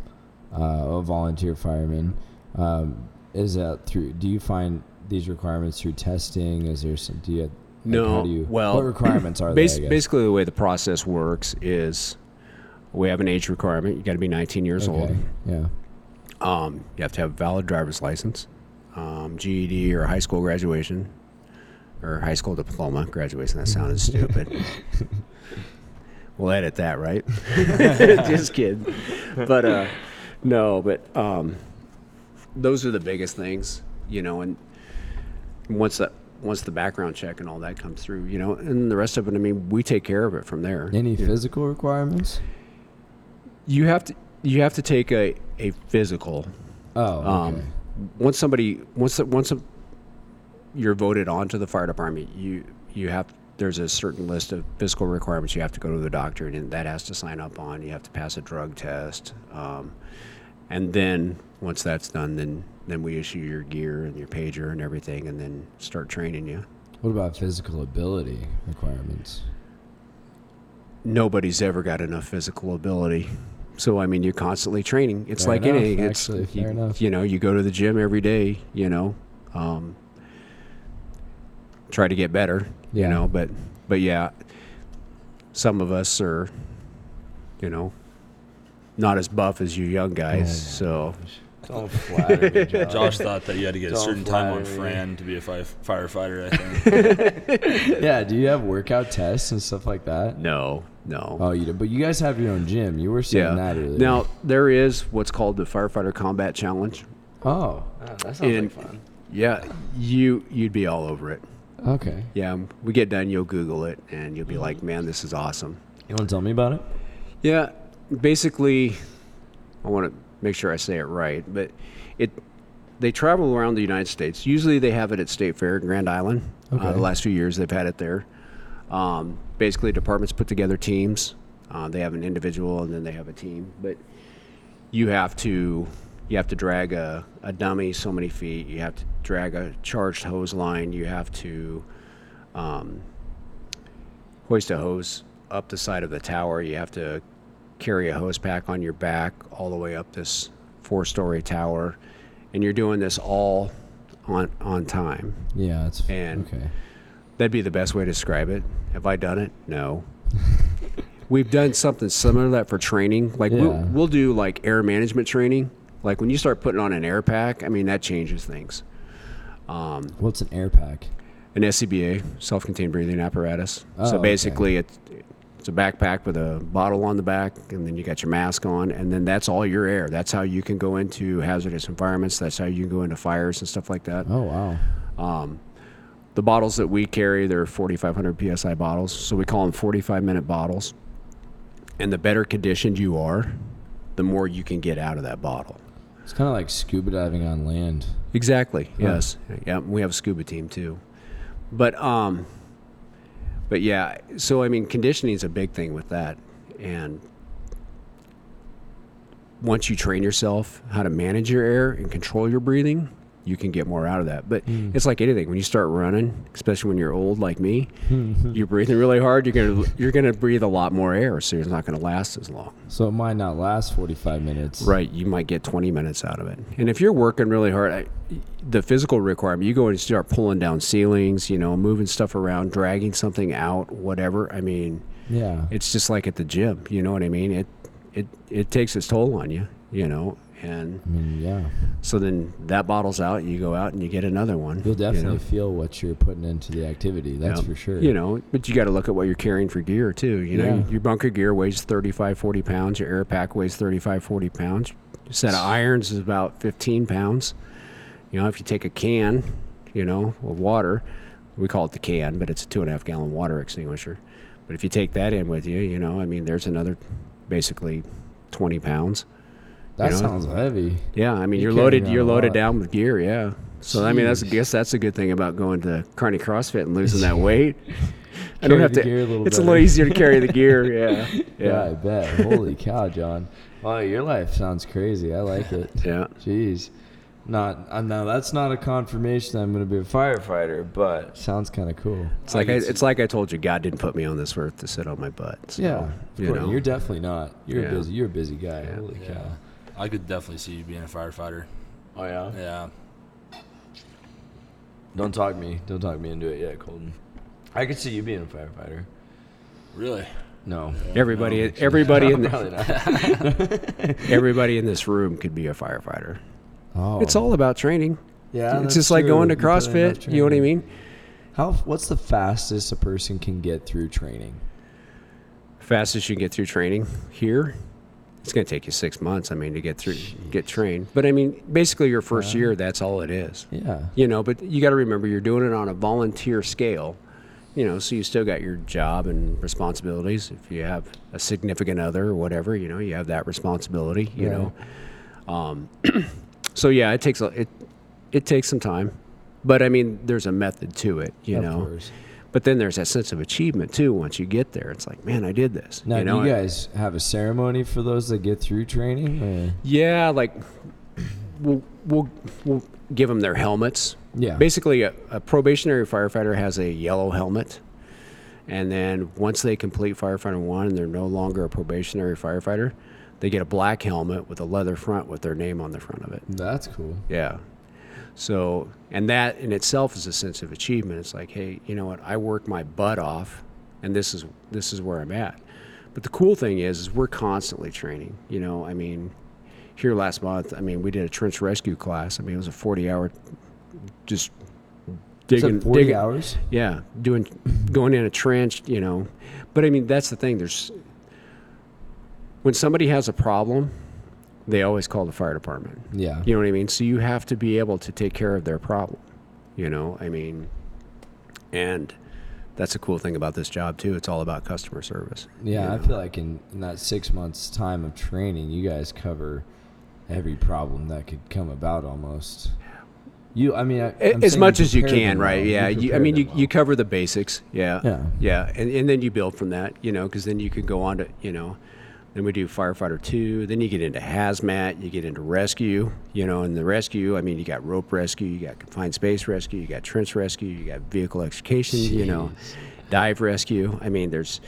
uh, a volunteer fireman. Um, is that through? Do you find these requirements through testing? Is there some? Do you? like,
no,
how do you,
well,
what requirements are
bas-
there? I guess?
Basically, the way the process works is we have an age requirement. You got to be 19 years
Okay,
old.
Yeah.
Um, you have to have a valid driver's license, um, GED or high school graduation, or high school diploma graduation. That sounded stupid. we'll edit that, right? Just kidding. But uh, no, but um, those are the biggest things, you know. And once that, once the background check and all that comes through, you know, and the rest of it, I mean, we take care of it from there.
Any
you know?
physical requirements?
you have to you have to take a a physical
Oh.
um,
okay.
Once somebody, once the- once a, you're voted onto the fire department, you you have there's a certain list of physical requirements you have to go to the doctor, and that has to sign up on. You have to pass a drug test, um, and then once that's done, then then we issue your gear and your pager and everything, and then start training you.
What about physical ability requirements?
Nobody's ever got enough physical ability. So I mean, you're constantly training. It's
Fair
like
enough,
anything. It's
actually,
you,
fair enough.
you know, you go to the gym every day. You know, um, try to get better.
Yeah.
You know, but but yeah, some of us are, you know, not as buff as you young guys. so
Don't flatter me, Josh.
Josh thought that you had to get a
Don't
certain time on
flatter me.
Fran to be a fi- firefighter. I think.
Yeah, do you have workout tests and stuff like that?
no, no.
Oh, you do, but you guys have your own gym. You were saying
yeah.
that earlier.
Now there is what's called the firefighter combat challenge.
oh,
that sounds
And-
like fun.
Yeah, you you'd be all over it.
okay.
Yeah, we get done, you'll Google it, and you'll be like, man, this is awesome.
You want to tell me about it?
Yeah, basically, I want to make sure I say it right, but it they travel around the United States. Usually, they have it at State Fair, Grand Island. Uh,
Okay.
the last few years, they've had it there. Um, basically, departments put together teams. Uh, they have an individual, and then they have a team. But you have to you have to drag a, a dummy so many feet. You have to drag a charged hose line. You have to um, hoist a hose up the side of the tower. You have to carry a hose pack on your back all the way up this four-story tower, and you're doing this all on on time.
Yeah, it's
And-
okay.
That'd be the best way to describe it. Have I done it? No. We've done something similar to that for training. Like
Yeah.
we'll, we'll do like air management training. Like when you start putting on an air pack, I mean that changes things.
What's an air pack?
An SCBA, self-contained breathing apparatus.
Oh,
so
okay.
basically, it's it's a backpack with a bottle on the back, and then you got your mask on, and then that's all your air. That's how you can go into hazardous environments. That's how you can go into fires and stuff like that.
Oh wow.
The bottles that we carry, they're 4,500 psi bottles, so we call them 45 minute bottles. And the better conditioned you are, the more you can get out of that bottle.
It's kind of like scuba diving on land.
Exactly. Yes. Yeah. We have a scuba team too, but um, but yeah. So I mean, conditioning is a big thing with that, and once you train yourself how to manage your air and control your breathing, you can get more out of that. But it's like anything. When you start running, especially when you're old like me, you're breathing really hard. You're gonna you're gonna breathe a lot more air, so you're not gonna last as long.
So it might not last 45 minutes.
Right, you might get 20 minutes out of it. And if you're working really hard, I, the physical requirement, you go and start pulling down ceilings, you know, moving stuff around, dragging something out, whatever. I mean,
Yeah.
it's just like at the gym, you know what I mean? It it it takes its toll on you, you know. And
I mean, yeah.
so then that bottle's out, you go out and you get another one.
You'll definitely
you know?
feel what you're putting into the activity. That's
Yeah.
for sure.
You know, but you got to look at what you're carrying for gear too. You know,
Yeah.
your bunker gear weighs 35, 40 pounds. Your air pack weighs 35, 40 pounds. A set of irons is about 15 pounds. You know, if you take a can, you know, of water, we call it the can, but it's a two and a half gallon water extinguisher. But if you take that in with you, you know, I mean, there's another basically 20 pounds.
that
you know?
sounds heavy.
Yeah, I mean,
You're
you're,
carrying
loaded. You're
around a
loaded
lot.
down with gear. Yeah. So I mean, that's I
Jeez.
guess that's a good thing about going to Carney CrossFit and losing that weight. I don't
Carry
have
the
to.
gear a little
it's a
better.
little easier to carry the gear. Yeah.
Yeah, I
Yeah.
bet. Holy cow, John. Wow, your life sounds crazy. I like it.
Yeah.
Jeez. Not uh, now. That's not a confirmation. I'm going to be a firefighter, but sounds kind of cool.
It's like I, it's like I told you, God didn't put me on this earth to sit on my butt. So,
Yeah,
You know.
you're definitely not. You're a
Yeah.
busy. You're a busy guy. Holy cow.
I could definitely see you being a firefighter.
Oh yeah.
Yeah.
Don't talk me. Don't talk me into it yet, Colton. I could see you being a firefighter.
Really?
No.
everybody, everybody in
Oh, Probably
the,
not.
everybody in this room could be a firefighter.
Oh.
It's all about training.
Yeah,
It's
that's
just like
true.
going to
You put in enough
CrossFit. You know what I
training.
mean?
How? What's the fastest a person can get through training?
fastest you can get through training here it's going to take you six months i mean to get through get trained but i mean basically your first year that's all it is
Yeah.
you know but you got to remember you're doing it on a volunteer scale you know so you still got your job and responsibilities if you have a significant other or whatever you know you have that responsibility you know um, so yeah it takes a, it it takes some time but i mean there's a method to it you
Of
know
course.
but then there's that sense of achievement too once you get there it's like man i did this
Now,
you know
do you guys have a ceremony for those that get through training? Or?
Yeah, like we'll we'll, we'll give them their helmets.
Yeah.
Basically, a, a probationary firefighter has a yellow helmet, and then once they complete firefighter one and they're no longer a probationary firefighter, they get a black helmet with a leather front with their name on the front of it.
That's cool.
Yeah. So, and that in itself is a sense of achievement. It's like, hey, you know what? I work my butt off, and this is this is where I'm at. But the cool thing is, is we're constantly training. You know, I mean, here last month, I mean, we did a trench rescue class. I mean, it was a 40-hour,
Is
just
that
digging,
40
digging,
hours?
yeah, doing going in a trench, you know. But I mean, that's the thing. There's when somebody has a problem, they always call the fire department.
Yeah.
You know what I mean? So you have to be able to take care of their problem. You know, I mean, and that's a cool thing about this job too. It's all about customer service.
Yeah,
you
I
know?
feel like in, in that six months time of training, you guys cover every problem that could come about almost. You, I mean, I,
A-
I'm
as
saying
much as you
prepared
can,
them
right?
well.
Yeah. You, I
prepared
mean,
them
you, you
well.
cover the basics. Yeah.
Yeah.
Yeah. And, and then you build from that, you know, because then you could go on to, you know, then we do firefighter two. Then you get into hazmat. You get into rescue. You know, in the rescue, I mean, you got rope rescue. You got confined space rescue. You got trench rescue. You got vehicle extrication. You know, dive rescue. I mean, there's,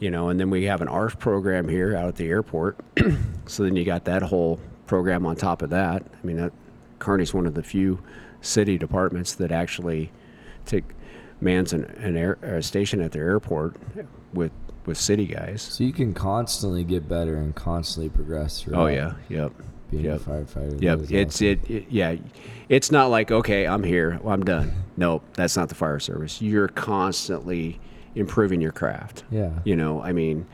you know, and then we have an ARF program here out at the airport. so then you got that whole program on top of that. I mean, that Kearney's one of the few city departments that actually take mans an, an air a station at their airport with with city guys.
So you can constantly get better and constantly progress through.
Oh yeah, yep,
being
yep,
a firefighter.
yep.
That is
It's
awesome.
it, it, yeah. It's not like okay, I'm here, well, I'm done. Nope, that's not the fire service. You're constantly improving your craft.
Yeah.
You know, I mean,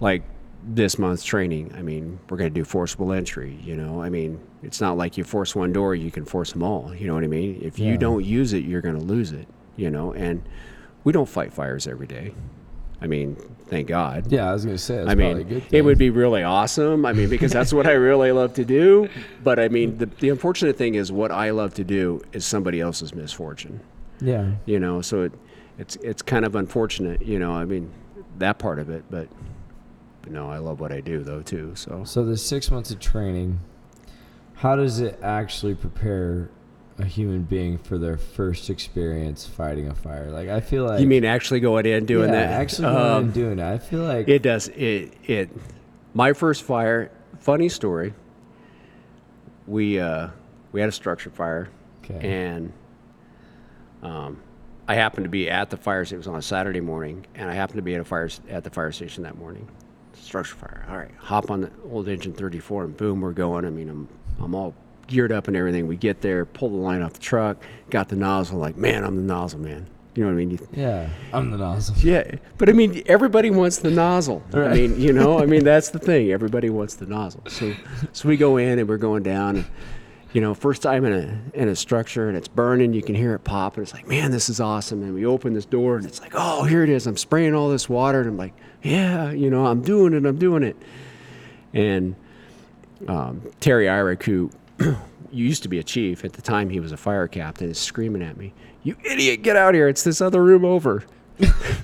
like this month's training. I mean, we're gonna do forcible entry. You know, I mean, it's not like you force one door, you can force them all. You know what I mean? If
Yeah.
you don't use it, you're gonna lose it. You know, and we don't fight fires every day. I mean, thank God.
Yeah, I was gonna say. That's
I
probably a
mean,
good
it would
thing.
be really awesome. I mean, because that's what I really love to do. But I mean, the, the unfortunate thing is what I love to do is somebody else's misfortune,
Yeah.
you know? So it, it's, it's kind of unfortunate, you know, I mean, that part of it, but, but no, I love what I do though, too. So
So the six months of training, how does it actually prepare a human being for their first experience fighting a fire? Like I feel like
you mean actually going in doing
yeah,
that?
Actually,
Um,
going and doing it. I feel like
It does. It it. My first fire. Funny story. We uh, we had a structure fire,
Okay.
and um, I happened to be at the fire. sta- It was on a Saturday morning, and I happened to be at a fire s- at the fire station that morning. Structure fire. All right, hop on the old engine 34, and boom, we're going. I mean, I'm I'm all geared up and everything. We get there, pull the line off the truck, got the nozzle. Like, man, I'm the nozzle man. You know what I mean? You,
yeah, I'm the nozzle.
yeah, but I mean, everybody wants the nozzle. I mean, you know, I mean, that's the thing. Everybody wants the nozzle. So, so we go in and we're going down. And, you know, first time in a in a structure and it's burning. You can hear it pop, and it's like, man, this is awesome. And we open this door, and it's like, oh, here it is. I'm spraying all this water, and I'm like, yeah, you know, I'm doing it. I'm doing it. And um, Terry Irick, who used to be a chief at the time, he was a fire captain, is screaming at me, "You idiot! Get out here! It's this other room over."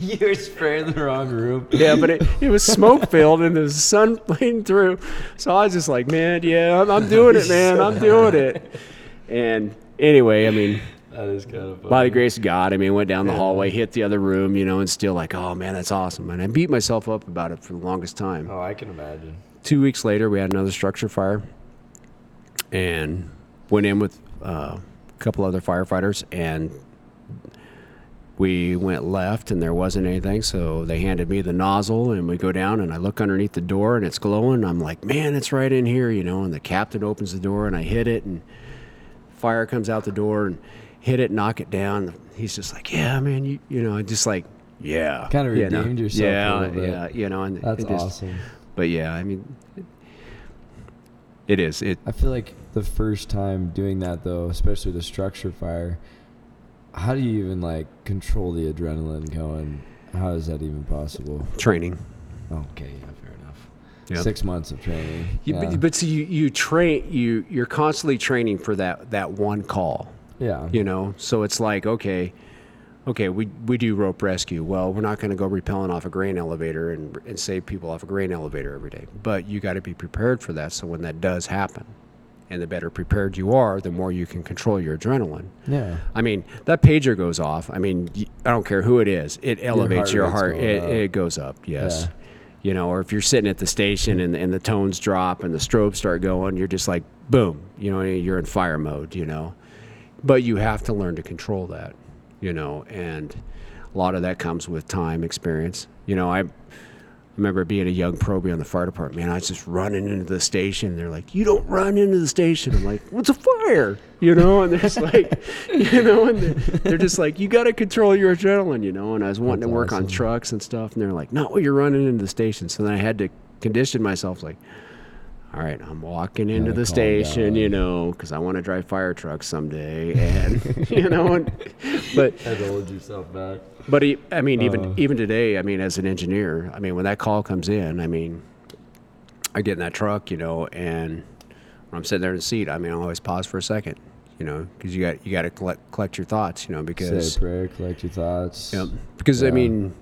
You're spraying the wrong room.
Yeah, but it, it was smoke filled and there was sun playing through. So I was just like, man, yeah, I'm, I'm doing it, man. I'm doing it. And anyway, I mean,
That is kind of funny.
by the grace of God, I mean, went down the hallway, hit the other room, you know, and still like, oh, man, that's awesome. And I beat myself up about it for the longest time
Oh, I can imagine.
two weeks later, we had another structure fire and went in with uh, a couple other firefighters and we went left and there wasn't anything so they handed me the nozzle and we go down and i look underneath the door and it's glowing i'm like man it's right in here you know and the captain opens the door and i hit it and fire comes out the door and hit it knock it down he's just like yeah man you, you know just like yeah
Kinda
you know?
redeemed yourself a
yeah
little bit.
yeah you know and
That's
it just-
awesome.
but yeah, I mean, it is. It
I feel like the first time doing that though, especially the structure fire, how do you even like control the adrenaline going? How is that even possible?
training.
Okay, yeah, fair enough.
Yep.
Six months of training.
You,
yeah.
but, but see, you, you train. You you're constantly training for that that one call.
yeah.
You know, so it's like okay, okay, we we do rope rescue. Well, we're not going to go repelling off a grain elevator and and save people off a grain elevator every day. But you got to be prepared for that. So when that does happen, and the better prepared you are, the more you can control your adrenaline.
yeah.
I mean, that pager goes off. I mean, y- I don't care who it is. It elevates your
heart
heart.
rate's
It,
going up.
it goes up. Yes.
Yeah.
You know, or if you're sitting at the station and, and the tones drop and the strobes start going, you're just like, boom, you know, you're in fire mode, you know. But you have to learn to control that, you know, and a lot of that comes with time, experience. You know, I remember being a young probie on the fire department. Man, I was just running into the station. And they're like, "You don't run into the station." I'm like, "What's a fire?" You know, and they're just like, you know, and they're, they're just like, "You got to control your adrenaline," you know. And I was wanting
That's
to work
awesome.
on trucks and stuff, and they're like, "Not when you're running into the station." So then I had to condition myself, like. All right, I'm walking into
calm
the station,
down.
you know, because I want to drive fire trucks someday, and you know, and, but
Had to hold yourself back.
but e I I mean,
Uh.
even even today, I mean, as an engineer, I mean, when that call comes in, I mean, I get in that truck, you know, and when I'm sitting there in the seat, I mean, I always pause for a second, you know, because you got you got to collect collect your thoughts, you know,
Say
because
a prayer, collect your thoughts.
Yep. because I
Yeah.
mean,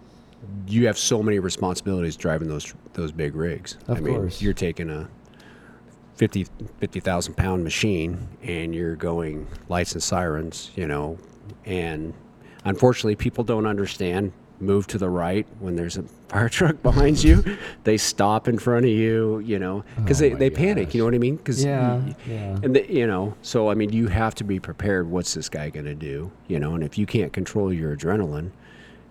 you have so many responsibilities driving those those big rigs.
Of
I mean,
course.
you're taking a 50 50,000 pound machine and you're going lights and sirens, you know. And unfortunately, people don't understand. Move to the right when there's a fire truck behind you. they stop in front of you, you know, because they, they panic. You know what I mean? Because
Oh Yeah, yeah.
and the, you know, so I mean, you have to be prepared. What's this guy going to do? You know, and if you can't control your adrenaline,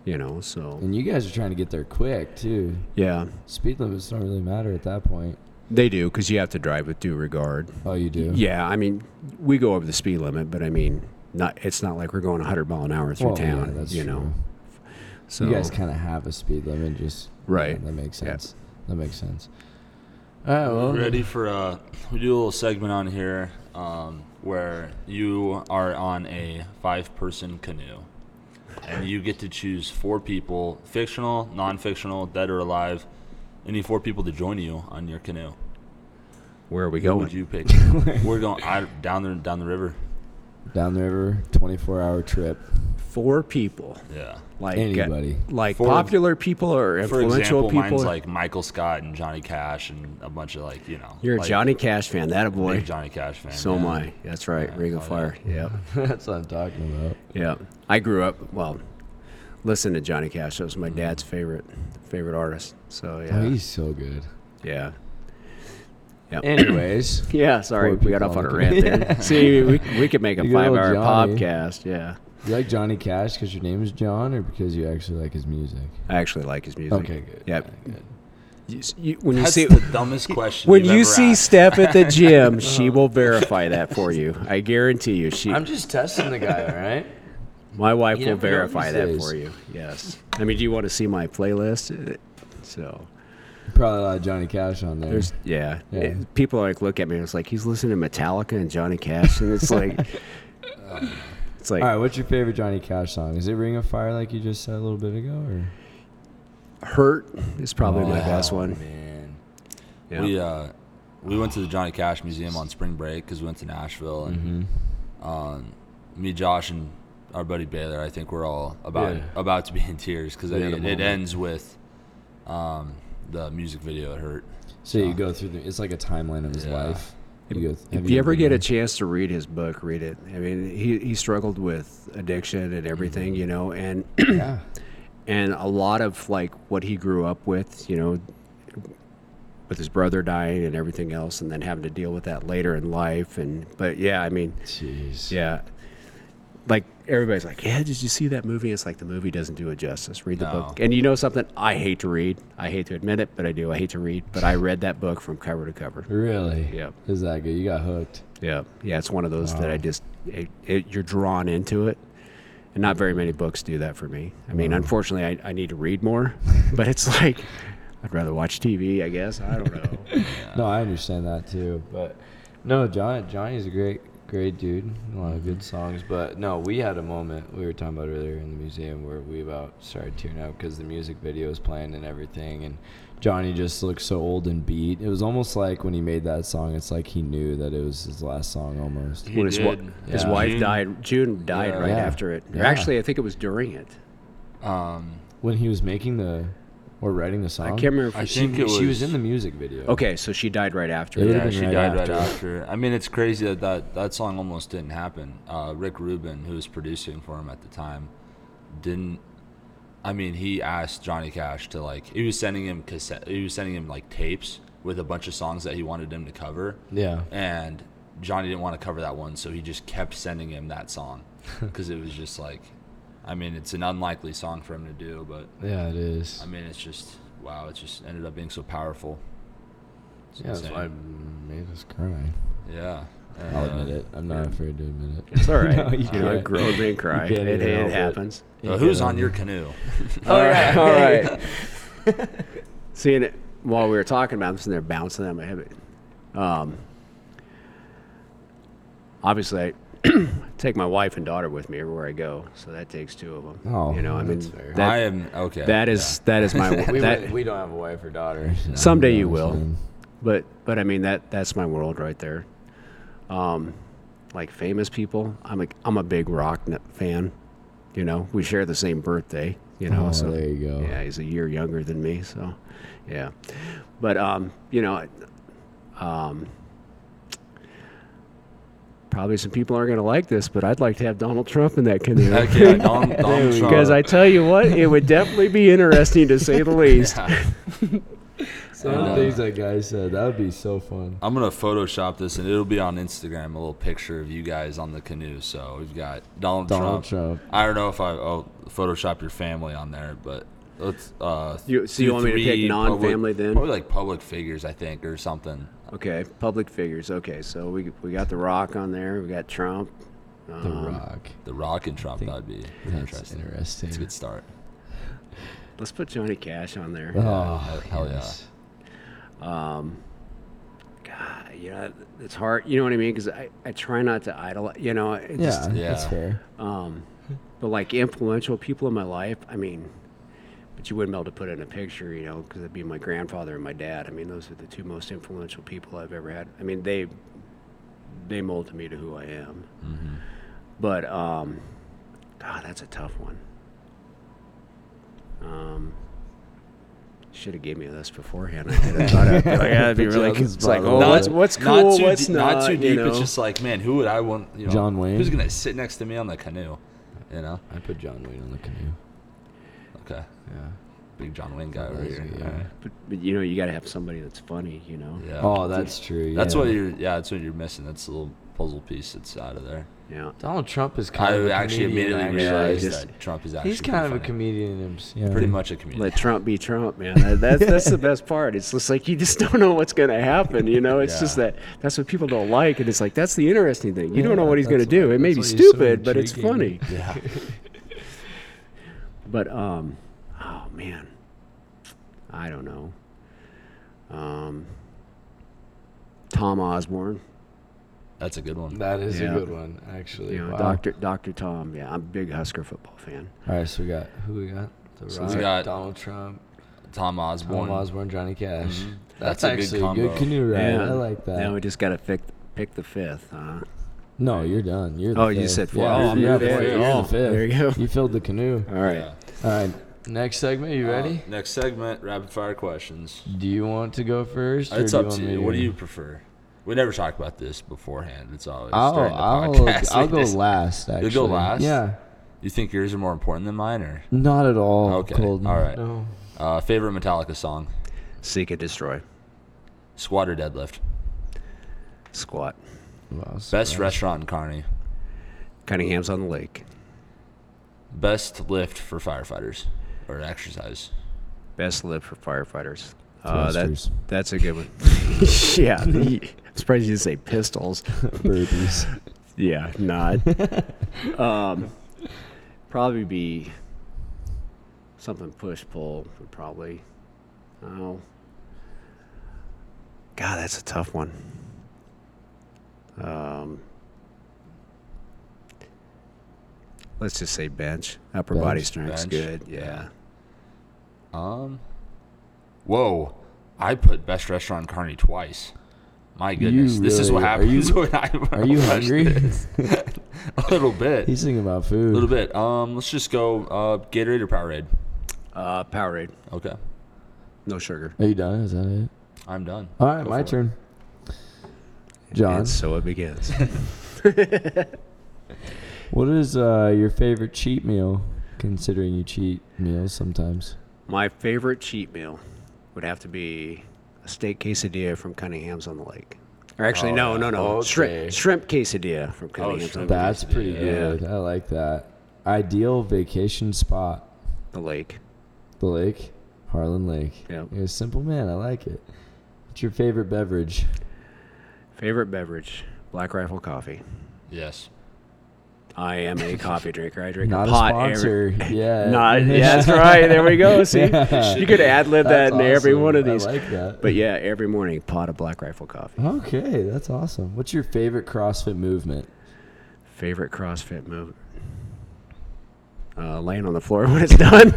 You know, so
And you guys are trying to get there quick too.
yeah,
Speed limits don't really matter at that point.
they do because you have to drive with due regard.
Oh, you do.
Yeah, I mean, we go over the speed limit, but I mean, not it's not like we're going 100 mile an hour through
Well, yeah,
town.
that's
you
true.
know, so
You guys kind of have a speed limit, just
Right.
that makes
Yeah.
sense. That makes sense. All right. Well,
Ready for uh, we do a little segment on here um, where you are on a five-person canoe, and you get to choose four people, fictional, non-fictional, dead or alive. Any four people to join you on your canoe.
where are we
Who
going?
would you pick? We're going I, down the down the river.
down the river, 24-hour trip.
Four people,
Yeah.
like uh,
Anybody.
like
For-
popular people or
For
influential
example,
people.
mine's like Michael Scott and Johnny Cash and a bunch of like you know.
You're a
like,
Johnny Cash fan, that a boy.
Big Johnny Cash fan.
So am
yeah.
I. That's right. Ring of
oh,
Fire. Yep.
That's what I'm talking about.
Yeah. I grew up, well, listen to Johnny Cash. That was my dad's favorite favorite artist. So, yeah.
Oh, he's so good.
yeah.
Anyways,
Yeah, sorry.
Poor
We got
people
off
on
on a
the
rant there. See, we, we could make a
You got
five
old
hour
Johnny.
podcast. Yeah.
you like Johnny Cash because your name is John, or because you actually like his music?
I actually like his music.
Okay, good.
Yep. You s- you- when you
That's
see
the dumbest question.
when
you've
you
ever
see
asked.
Steph at the gym, she will verify that for you. I guarantee you. She,
I'm just testing the guy, all right?
my wife
You
will
never know
verify
these
that
days.
for you. Yes. I mean, do you want to see my playlist? So.
Probably a lot of Johnny Cash on there.
There's yeah.
Yeah.
It- people like look at me and it's like he's listening to Metallica and Johnny Cash and it's like it's like
all right, what's your favorite Johnny Cash song? Is it "Ring of Fire" like you just said a little bit ago, or
Hurt is probably my best
Oh,
one.
Man.
Yeah.
We uh, we went to the Johnny Cash Museum on spring break because we went to Nashville and um, me, Josh, and our buddy Baylor. I think we're all about
Yeah.
about to be in tears because
had a
it,
moment.
it ends with um, the music video. It hurt.
so you go through the? It's like a timeline of his
Yeah.
life. You go,
If you ever get
uh,
a chance to read his book, read it. I mean, he, he struggled with addiction and everything, you know, and
yeah,
and a lot of like what he grew up with, you know, with his brother dying and everything else, and then having to deal with that later in life. And but yeah, I mean,
jeez,
Yeah. Like everybody's like, yeah, did you see that movie? It's like the movie doesn't do it justice. Read the book.
No.
And you know something? I hate to read. I hate to admit it, but I do. I hate to read. But I read that book from cover to cover.
really,
Yep.
is that good? You got hooked.
Yeah. Yeah. It's one of those that I just, it, it, you're drawn into it. And not very many books do that for me. I mean, unfortunately, I, I need to read more, but it's like, I'd rather watch TV, I guess. I don't know.
No, I understand that too, but no, John Johnny's a great great dude. A lot of good songs, but no, we had a moment we were talking about earlier in the museum where we about started tearing up because the music video was playing and everything, and Johnny just looked so old and beat. It was almost like when he made that song, it's like he knew that it was his last song almost.
He
When his, wa-
did,
his
yeah.
wife
June-
died, June died
Yeah.
right
Yeah.
after it. Or
Yeah.
Actually, I think it was during it.
Um,
When he was making the or writing the song,
I can't remember if
Oh, I
she-
think it was,
She was in the music video.
Okay, so she died right after.
It
it.
would've
Yeah,
been
she
right
died
after.
right after. I mean, it's crazy that, that that song almost didn't happen. Uh, Rick Rubin, who was producing for him at the time, didn't. I mean, he asked Johnny Cash to like. He was sending him cassette. He was sending him like tapes with a bunch of songs that he wanted him to cover,
Yeah.
and Johnny didn't want to cover that one, so he just kept sending him that song because it was just like. I mean, it's an unlikely song for him to do, but
Yeah, it is.
I mean, it's just wow. It just ended up being so powerful. It's
yeah, that's
insane.
why I made us cry.
Yeah.
I'll
Uh,
admit it. I'm not afraid to admit it.
It's all right.
No, you
you know,
can't.
grow and cry.
You can't
It,
even
it
help it.
happens.
uh, who's on your canoe?
All right. All right.
Seeing it while we were talking about this, and they're bouncing on my head. Um, obviously, I take my wife and daughter with me everywhere I go, so that takes two of them.
Oh,
you know, I mean,
that's fair.
I
that,
am okay.
that is that is my
we,
that,
we, we don't have a wife or daughter. so-
Someday you will,
understand.
but but I mean that that's my world right there. Um, like famous people, I'm a I'm a big rock n- fan. You know, we share the same birthday. You know,
Oh,
so
there you go.
Yeah, he's a year younger than me, so yeah. But um, you know, um, probably some people aren't gonna like this, but I'd like to have Donald Trump in that canoe.
Heck yeah, Donald, Donald Trump.
Because I tell you what, it would definitely be interesting to say the least.
Some of the things that guy said, that would be so fun.
I'm gonna Photoshop this, and it'll be on Instagram. A little picture of you guys on the canoe. So we've got Donald,
Donald
Trump.
Trump.
I don't know if I I'll Photoshop your family on there, but let's. Uh,
You- so you
do
want me to pick
three public-
non-family then?
Probably like public figures, I think, or something.
Okay, public figures. Okay, so we we got The Rock on there. We got Trump.
The Rock.
The Rock and Trump. That'd be
That's
interesting.
Um, interesting.
It's a good start.
Let's put Johnny Cash on there.
Oh,
hell yeah.
yes.
God, you know, it's hard. You know what I mean? Because I, I try not to idolize. You know, it
yeah.
just,
that's
yeah.
fair.
but like influential people in my life. I mean, but you wouldn't be able to put it in a picture, you know, because it'd be my grandfather and my dad. I mean, those are the two most influential people I've ever had. I mean, they they molded me to who I am.
Mm-hmm.
But um, God, that's a tough one. Um. Should have gave me this beforehand. I could have thought I'd be like, yeah, that'd be
Put you
really.
on the
It's
spot
like,
a
oh,
little
what's
bit.
what's cool?
too
what's
de-
not?
not too
you
deep. It's
know?
just like, man, who would I want? You know,
John Wayne?
Who's gonna sit next to me on the canoe? You know.
I put John Wayne on the canoe.
Okay.
Yeah.
Big John Wayne guy over
That's
here.
it,
All
yeah.
right.
But, but you know, you got to have somebody that's funny. You know.
Yeah.
Oh, that's true.
That's
yeah.
what you're. Yeah, that's what you're missing. That's a little puzzle piece that's out of there.
Yeah.
Donald Trump is kind
I
of a
actually
comedian,
immediately
actually.
realized
just-
that Trump is actually.
He's kind of a
pretty funny.
comedian. hims- Yeah.
Pretty much a comedian.
Let Trump be Trump, man. That, that's that's the best part. It's just like you just don't know what's going to happen. You know, it's just
Yeah.
that that's what people don't like, and it's like that's the interesting thing. You don't know
Yeah,
what he's going to
that's
do.
what-
It may be
that's why he's so
stupid, but it's funny.
intriguing.
yeah.
But um, oh man, I don't know. Um, Tom Osborne,
That's a good one.
That is
Yeah.
a good one, actually.
you know,
Wow.
Doctor Doctor Tom. Yeah, I'm a big Husker football fan.
All right, so we got who we got? The Rock,
we got
Donald Trump,
Tom Osborne.
Tom Osborne, Johnny Cash. Mm-hmm. That's,
That's a good
actually a
combo.
good canoe ride.
Yeah.
I like that.
Now we just got to pick pick the fifth. Huh?
no, you're done. You're the
Oh, you
fifth.
said four.
Yeah,
Oh,
you're-
I'm
yeah,
the
four.
fifth.
You're
Oh,
the fifth.
there you go.
You filled the canoe.
All right.
All right, next segment. You ready?
Uh, next segment, rapid fire questions.
Uh,
do you want to go first? or
Uh, It's
do
up
want
to
me
you. What do you prefer? We never talk about this beforehand. It's always
I'll
during the
I'll,
podcast.
I'll
We
go
just-
last. Actually,
go last?
Yeah,
You think yours are more important than mine, or
not at all.
Okay,
Colton.
all right.
No.
uh, favorite Metallica song?
Seek and destroy.
Squat or deadlift?
Squat.
Well, so-
Best restaurant in Kearney.
Cunningham's on the lake.
Best lift for firefighters or exercise.
Best lift for firefighters. Uh, that,
Thrusters.
that's a good one. yeah. the- I'm surprised you didn't say pistols.
burpees.
Yeah, not. um, probably be something push pull would probably. Oh. God, that's a tough one. Um, let's just say bench. Upper body
Bench.
strength's
Bench.
good. Yeah.
Um. Whoa, I put best restaurant in Kearney twice. My goodness, this is what
really- are you-
happens when I. when
Are
I
you
watch
hungry?
this. A little bit.
He's thinking about
A
food.
little bit. Um, let's just go uh, Gatorade or Powerade.
Uh, Powerade,
Okay,
no sugar.
Are you done? Is that it?
I'm done.
All right,
Go
my
for it.
turn. John,
And so it begins.
what is uh, your favorite cheat meal? Considering you cheat meals sometimes.
My favorite cheat meal would have to be a steak quesadilla from Cunningham's on the Lake. Or actually, no, no, no,
Oh, okay. Oh,
shrimp, shrimp quesadilla from Cunningham's
shrimp.
on
That's pretty good. I like that. Ideal vacation spot:
the Lake.
the lake, Harlan Lake.
Yep.
You're a simple man. I like it. What's your favorite beverage?
Favorite beverage: Black Rifle Coffee.
Yes.
I am a coffee drinker. I drink
Not
a
a
pot every.
sponsor. yeah.
Not, yeah, that's right. There we go. See,
Yeah.
you could ad lib that
That's
in every
awesome.
one of these.
I like that.
But yeah, every morning, pot of Black Rifle coffee.
okay, that's awesome. What's your favorite CrossFit movement?
Favorite CrossFit move? Uh, laying on the floor when it's done.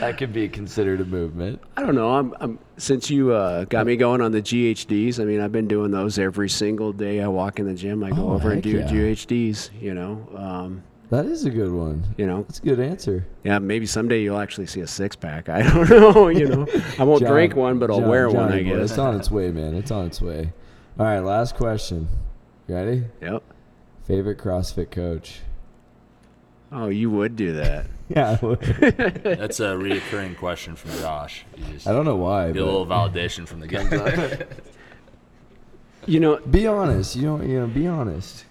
That could be considered a movement.
I don't know. I'm, I'm since you uh, got me going on the GHDs. I mean, I've been doing those every single day. I walk in the gym. I go
Oh,
over and
heck
do
yeah.
GHDs. You know, um,
That is a good one.
you know.
That's a good answer.
Yeah, maybe someday you'll actually see a six pack. I don't know. You know, I won't
John-
drink one, but I'll
John-
wear one. I
Johnny boy,
guess.
It's on its way, man. It's on its way. All right, last question. You ready?
Yep.
Favorite CrossFit coach?
Oh, you would do that.
Yeah, I would.
That's a reoccurring question from Josh. You just
I
get
don't know why.
a little validation from the get go.
you know,
But be honest. You don't. You know. Be honest.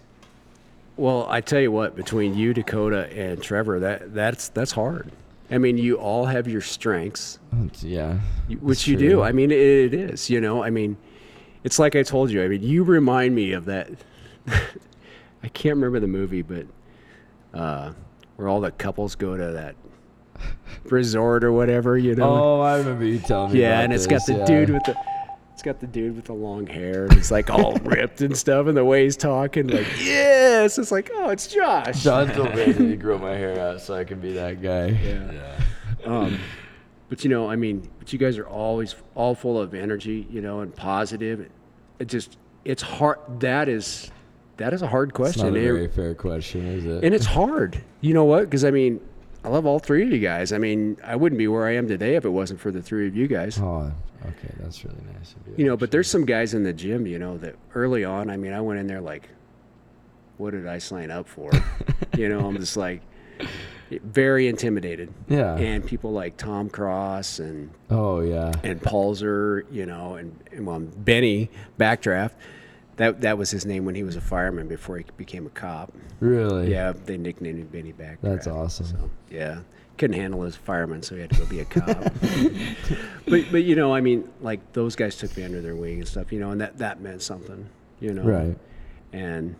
well, I tell you what, between you, Dakota, and Trevor, that that's that's hard. I mean, you all have your strengths,
Yeah.
you- which
it's
you
true.
do. I mean, it, it is. You know, I mean, it's like I told you. I mean, you remind me of that. I can't remember the movie, but uh, where all the couples go to that resort or whatever. You know.
Oh, I remember you telling me.
Yeah,
about
and it's
this,
got the
yeah.
dude with the it's got the dude with the long hair. and He's like all ripped and stuff, and the way he's talking, like yes, it's like oh, it's Josh.
John told me I need to grow my hair out so I can be that guy.
Yeah.
Yeah.
But you know, I mean, but you guys are always all full of energy, you know, and positive. It just it's hard. That is that is a hard
It's not
question,
a
It-
very fair question, is it?
and it's hard. You know what? Because I mean, I love all three of you guys. I mean, I wouldn't be where I am today if it wasn't for the three of you guys.
oh, okay, that's really nice of you.
You know, but there's some guys in the gym, you know, that early on, I mean, I went in there like, what did I sign up for? you know, I'm just like, very intimidated.
Yeah.
And people like Tom Cross and,
oh yeah.
and Palzer, you know, and, and well, Benny Backdraft. That, that was his name when he was a fireman before he became a cop.
Really?
Yeah, they nicknamed him Benny Backdraft.
That's awesome.
Yeah, couldn't handle his fireman, so he had to go be a cop. but but you know, I mean, like those guys took me under their wing and stuff, you know, and that that meant something, you know.
Right.
And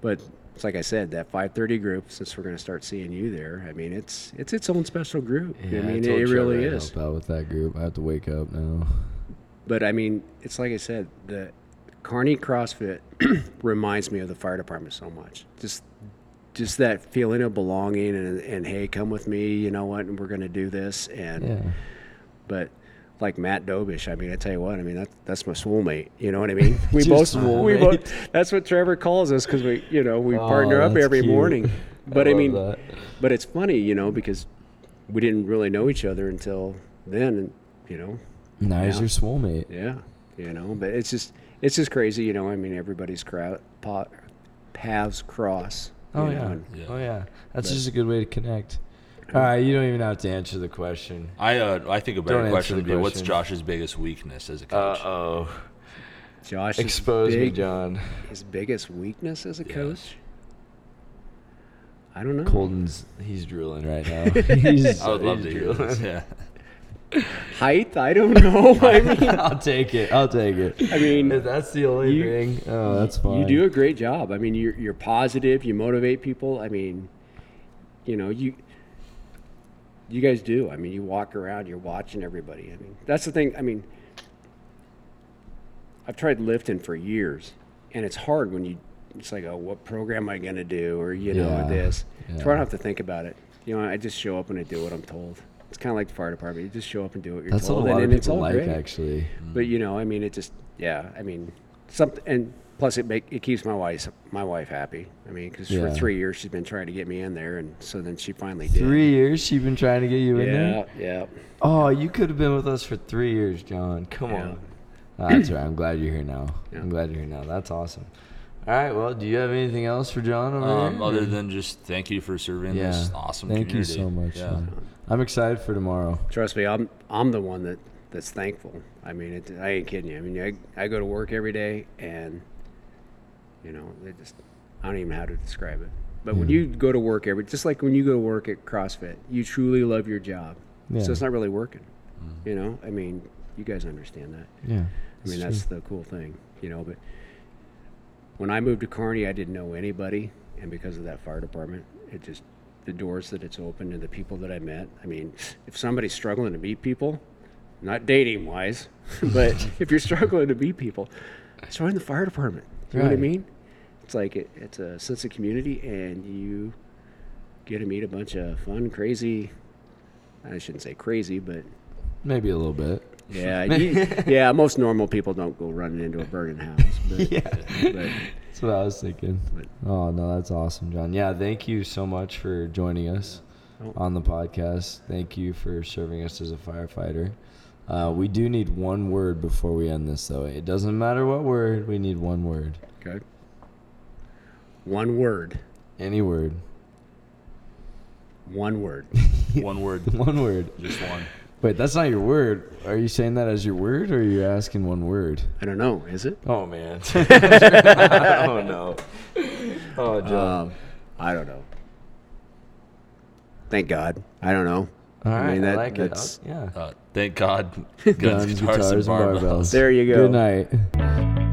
but it's like I said, that 5:30 group. Since we're going to start seeing you there, I mean, it's it's its own special group.
Yeah,
I mean,
told
it,
Trevor
really
I'd
is.
help out with that group. I have to wake up now.
But I mean, it's like I said, the Carney CrossFit reminds me of the fire department so much. Just just that feeling of belonging and, and hey, come with me, you know what, and we're gonna do this and
Yeah.
but like Matt Dobish, I mean, I tell you what, I mean that's that's my soulmate. You know what I mean? We
Just
both we
soulmate.
both. That's what Trevor calls us because we, you know, we
Oh,
partner up
that's
every
cute.
morning. But I,
love
mean,
that.
but it's funny, you know, because we didn't really know each other until then, and you know,
Now he's
Yeah.
your soul mate.
yeah, you know, but it's just it's just crazy, you know. I mean, everybody's crowd pot, paths cross. you
Oh
know,
yeah.
and-
Oh yeah. That's just a good way to connect. All right, you don't even have to answer the question.
I uh, I think a
Don't
better
answer
question
the
would be what's
question.
Josh's biggest weakness as a coach?
oh.
Josh
Expose me,
big,
John.
His biggest weakness as a
Yes.
coach. I don't know.
Colton's he's drooling right now. He's,
I would love to
he's
hear this. Yeah.
Height? I don't know. I mean,
I'll take it. I'll take it.
I mean,
If that's the only
You-
thing, oh, that's fine.
you do a great job. I mean, you're you're positive. You motivate people. I mean, you know you. You guys do. I mean, you walk around. You're watching everybody. I mean, that's the thing. I mean, I've tried lifting for years, and it's hard when you. It's like, oh, what program am I gonna do, or you know,
Yeah,
or this. So I
yeah.
don't have to think about it. You know, I just show up and I do what I'm told. It's kind of like the fire department. You just show up and do what you're
That's what
told,
a lot
and,
of
and it's
people
all
like,
great.
actually.
But you know, I mean, it just yeah. I mean, something and plus it make it keeps my wife my wife happy. I mean, because for
Yeah.
three years she's been trying to get me in there, and so then she finally did.
Three years she's been trying to get you in
Yeah,
there.
yeah.
Oh, you could have been with us for three years, John. Come
Yeah.
on. Ah, that's right. I'm glad you're here now.
Yeah.
I'm glad you're here now. That's awesome. All right. Well, do you have anything else for John over
Um,
here?
other than just thank you for serving this awesome
Thank
community.
you so much.
Yeah.
man. I'm excited for tomorrow.
Trust me, I'm I'm the one that that's thankful. I mean, it, I ain't kidding you. I mean, I I go to work every day, and you know, it just I don't even know how to describe it. But when you go to work every, just like when you go to work at CrossFit, you truly love your job.
Yeah. Mm.
So it's not really working. You know, I mean, you guys understand that.
Yeah.
I mean, that's the cool thing, you know. But when I moved to Kearney, I didn't know anybody, and because of that fire department, it just the doors that it's opened and the people that I met. I mean, if somebody's struggling to meet people, not dating wise, but if you're struggling to meet people, it's join the fire department. You know what I
Right.
mean? It's like it, it's a sense of community, and you get to meet a bunch of fun, crazy. I shouldn't say crazy, but
Maybe a little bit.
yeah, you- yeah. Most normal people don't go running into a burning house. But, but
That's what I was thinking. Oh no, that's awesome, John. Yeah, thank you so much for joining us on the podcast. Thank you for serving us as a firefighter. Uh, we do need one word before we end this, though. It doesn't matter what word. We need one word.
okay. One word.
Any word.
One word.
One word,
One word.
just one.
Wait, that's not your word. Are you saying that as your word, or are you asking one word?
I don't know. Is it?
Oh man. oh no. Oh John.
Um, I don't know. Thank God. I don't know.
All right, I,
mean, that-
like
that's-
it. Yeah.
Uh, thank God. Guns, guitars, and barbells.
There you go.
Good night.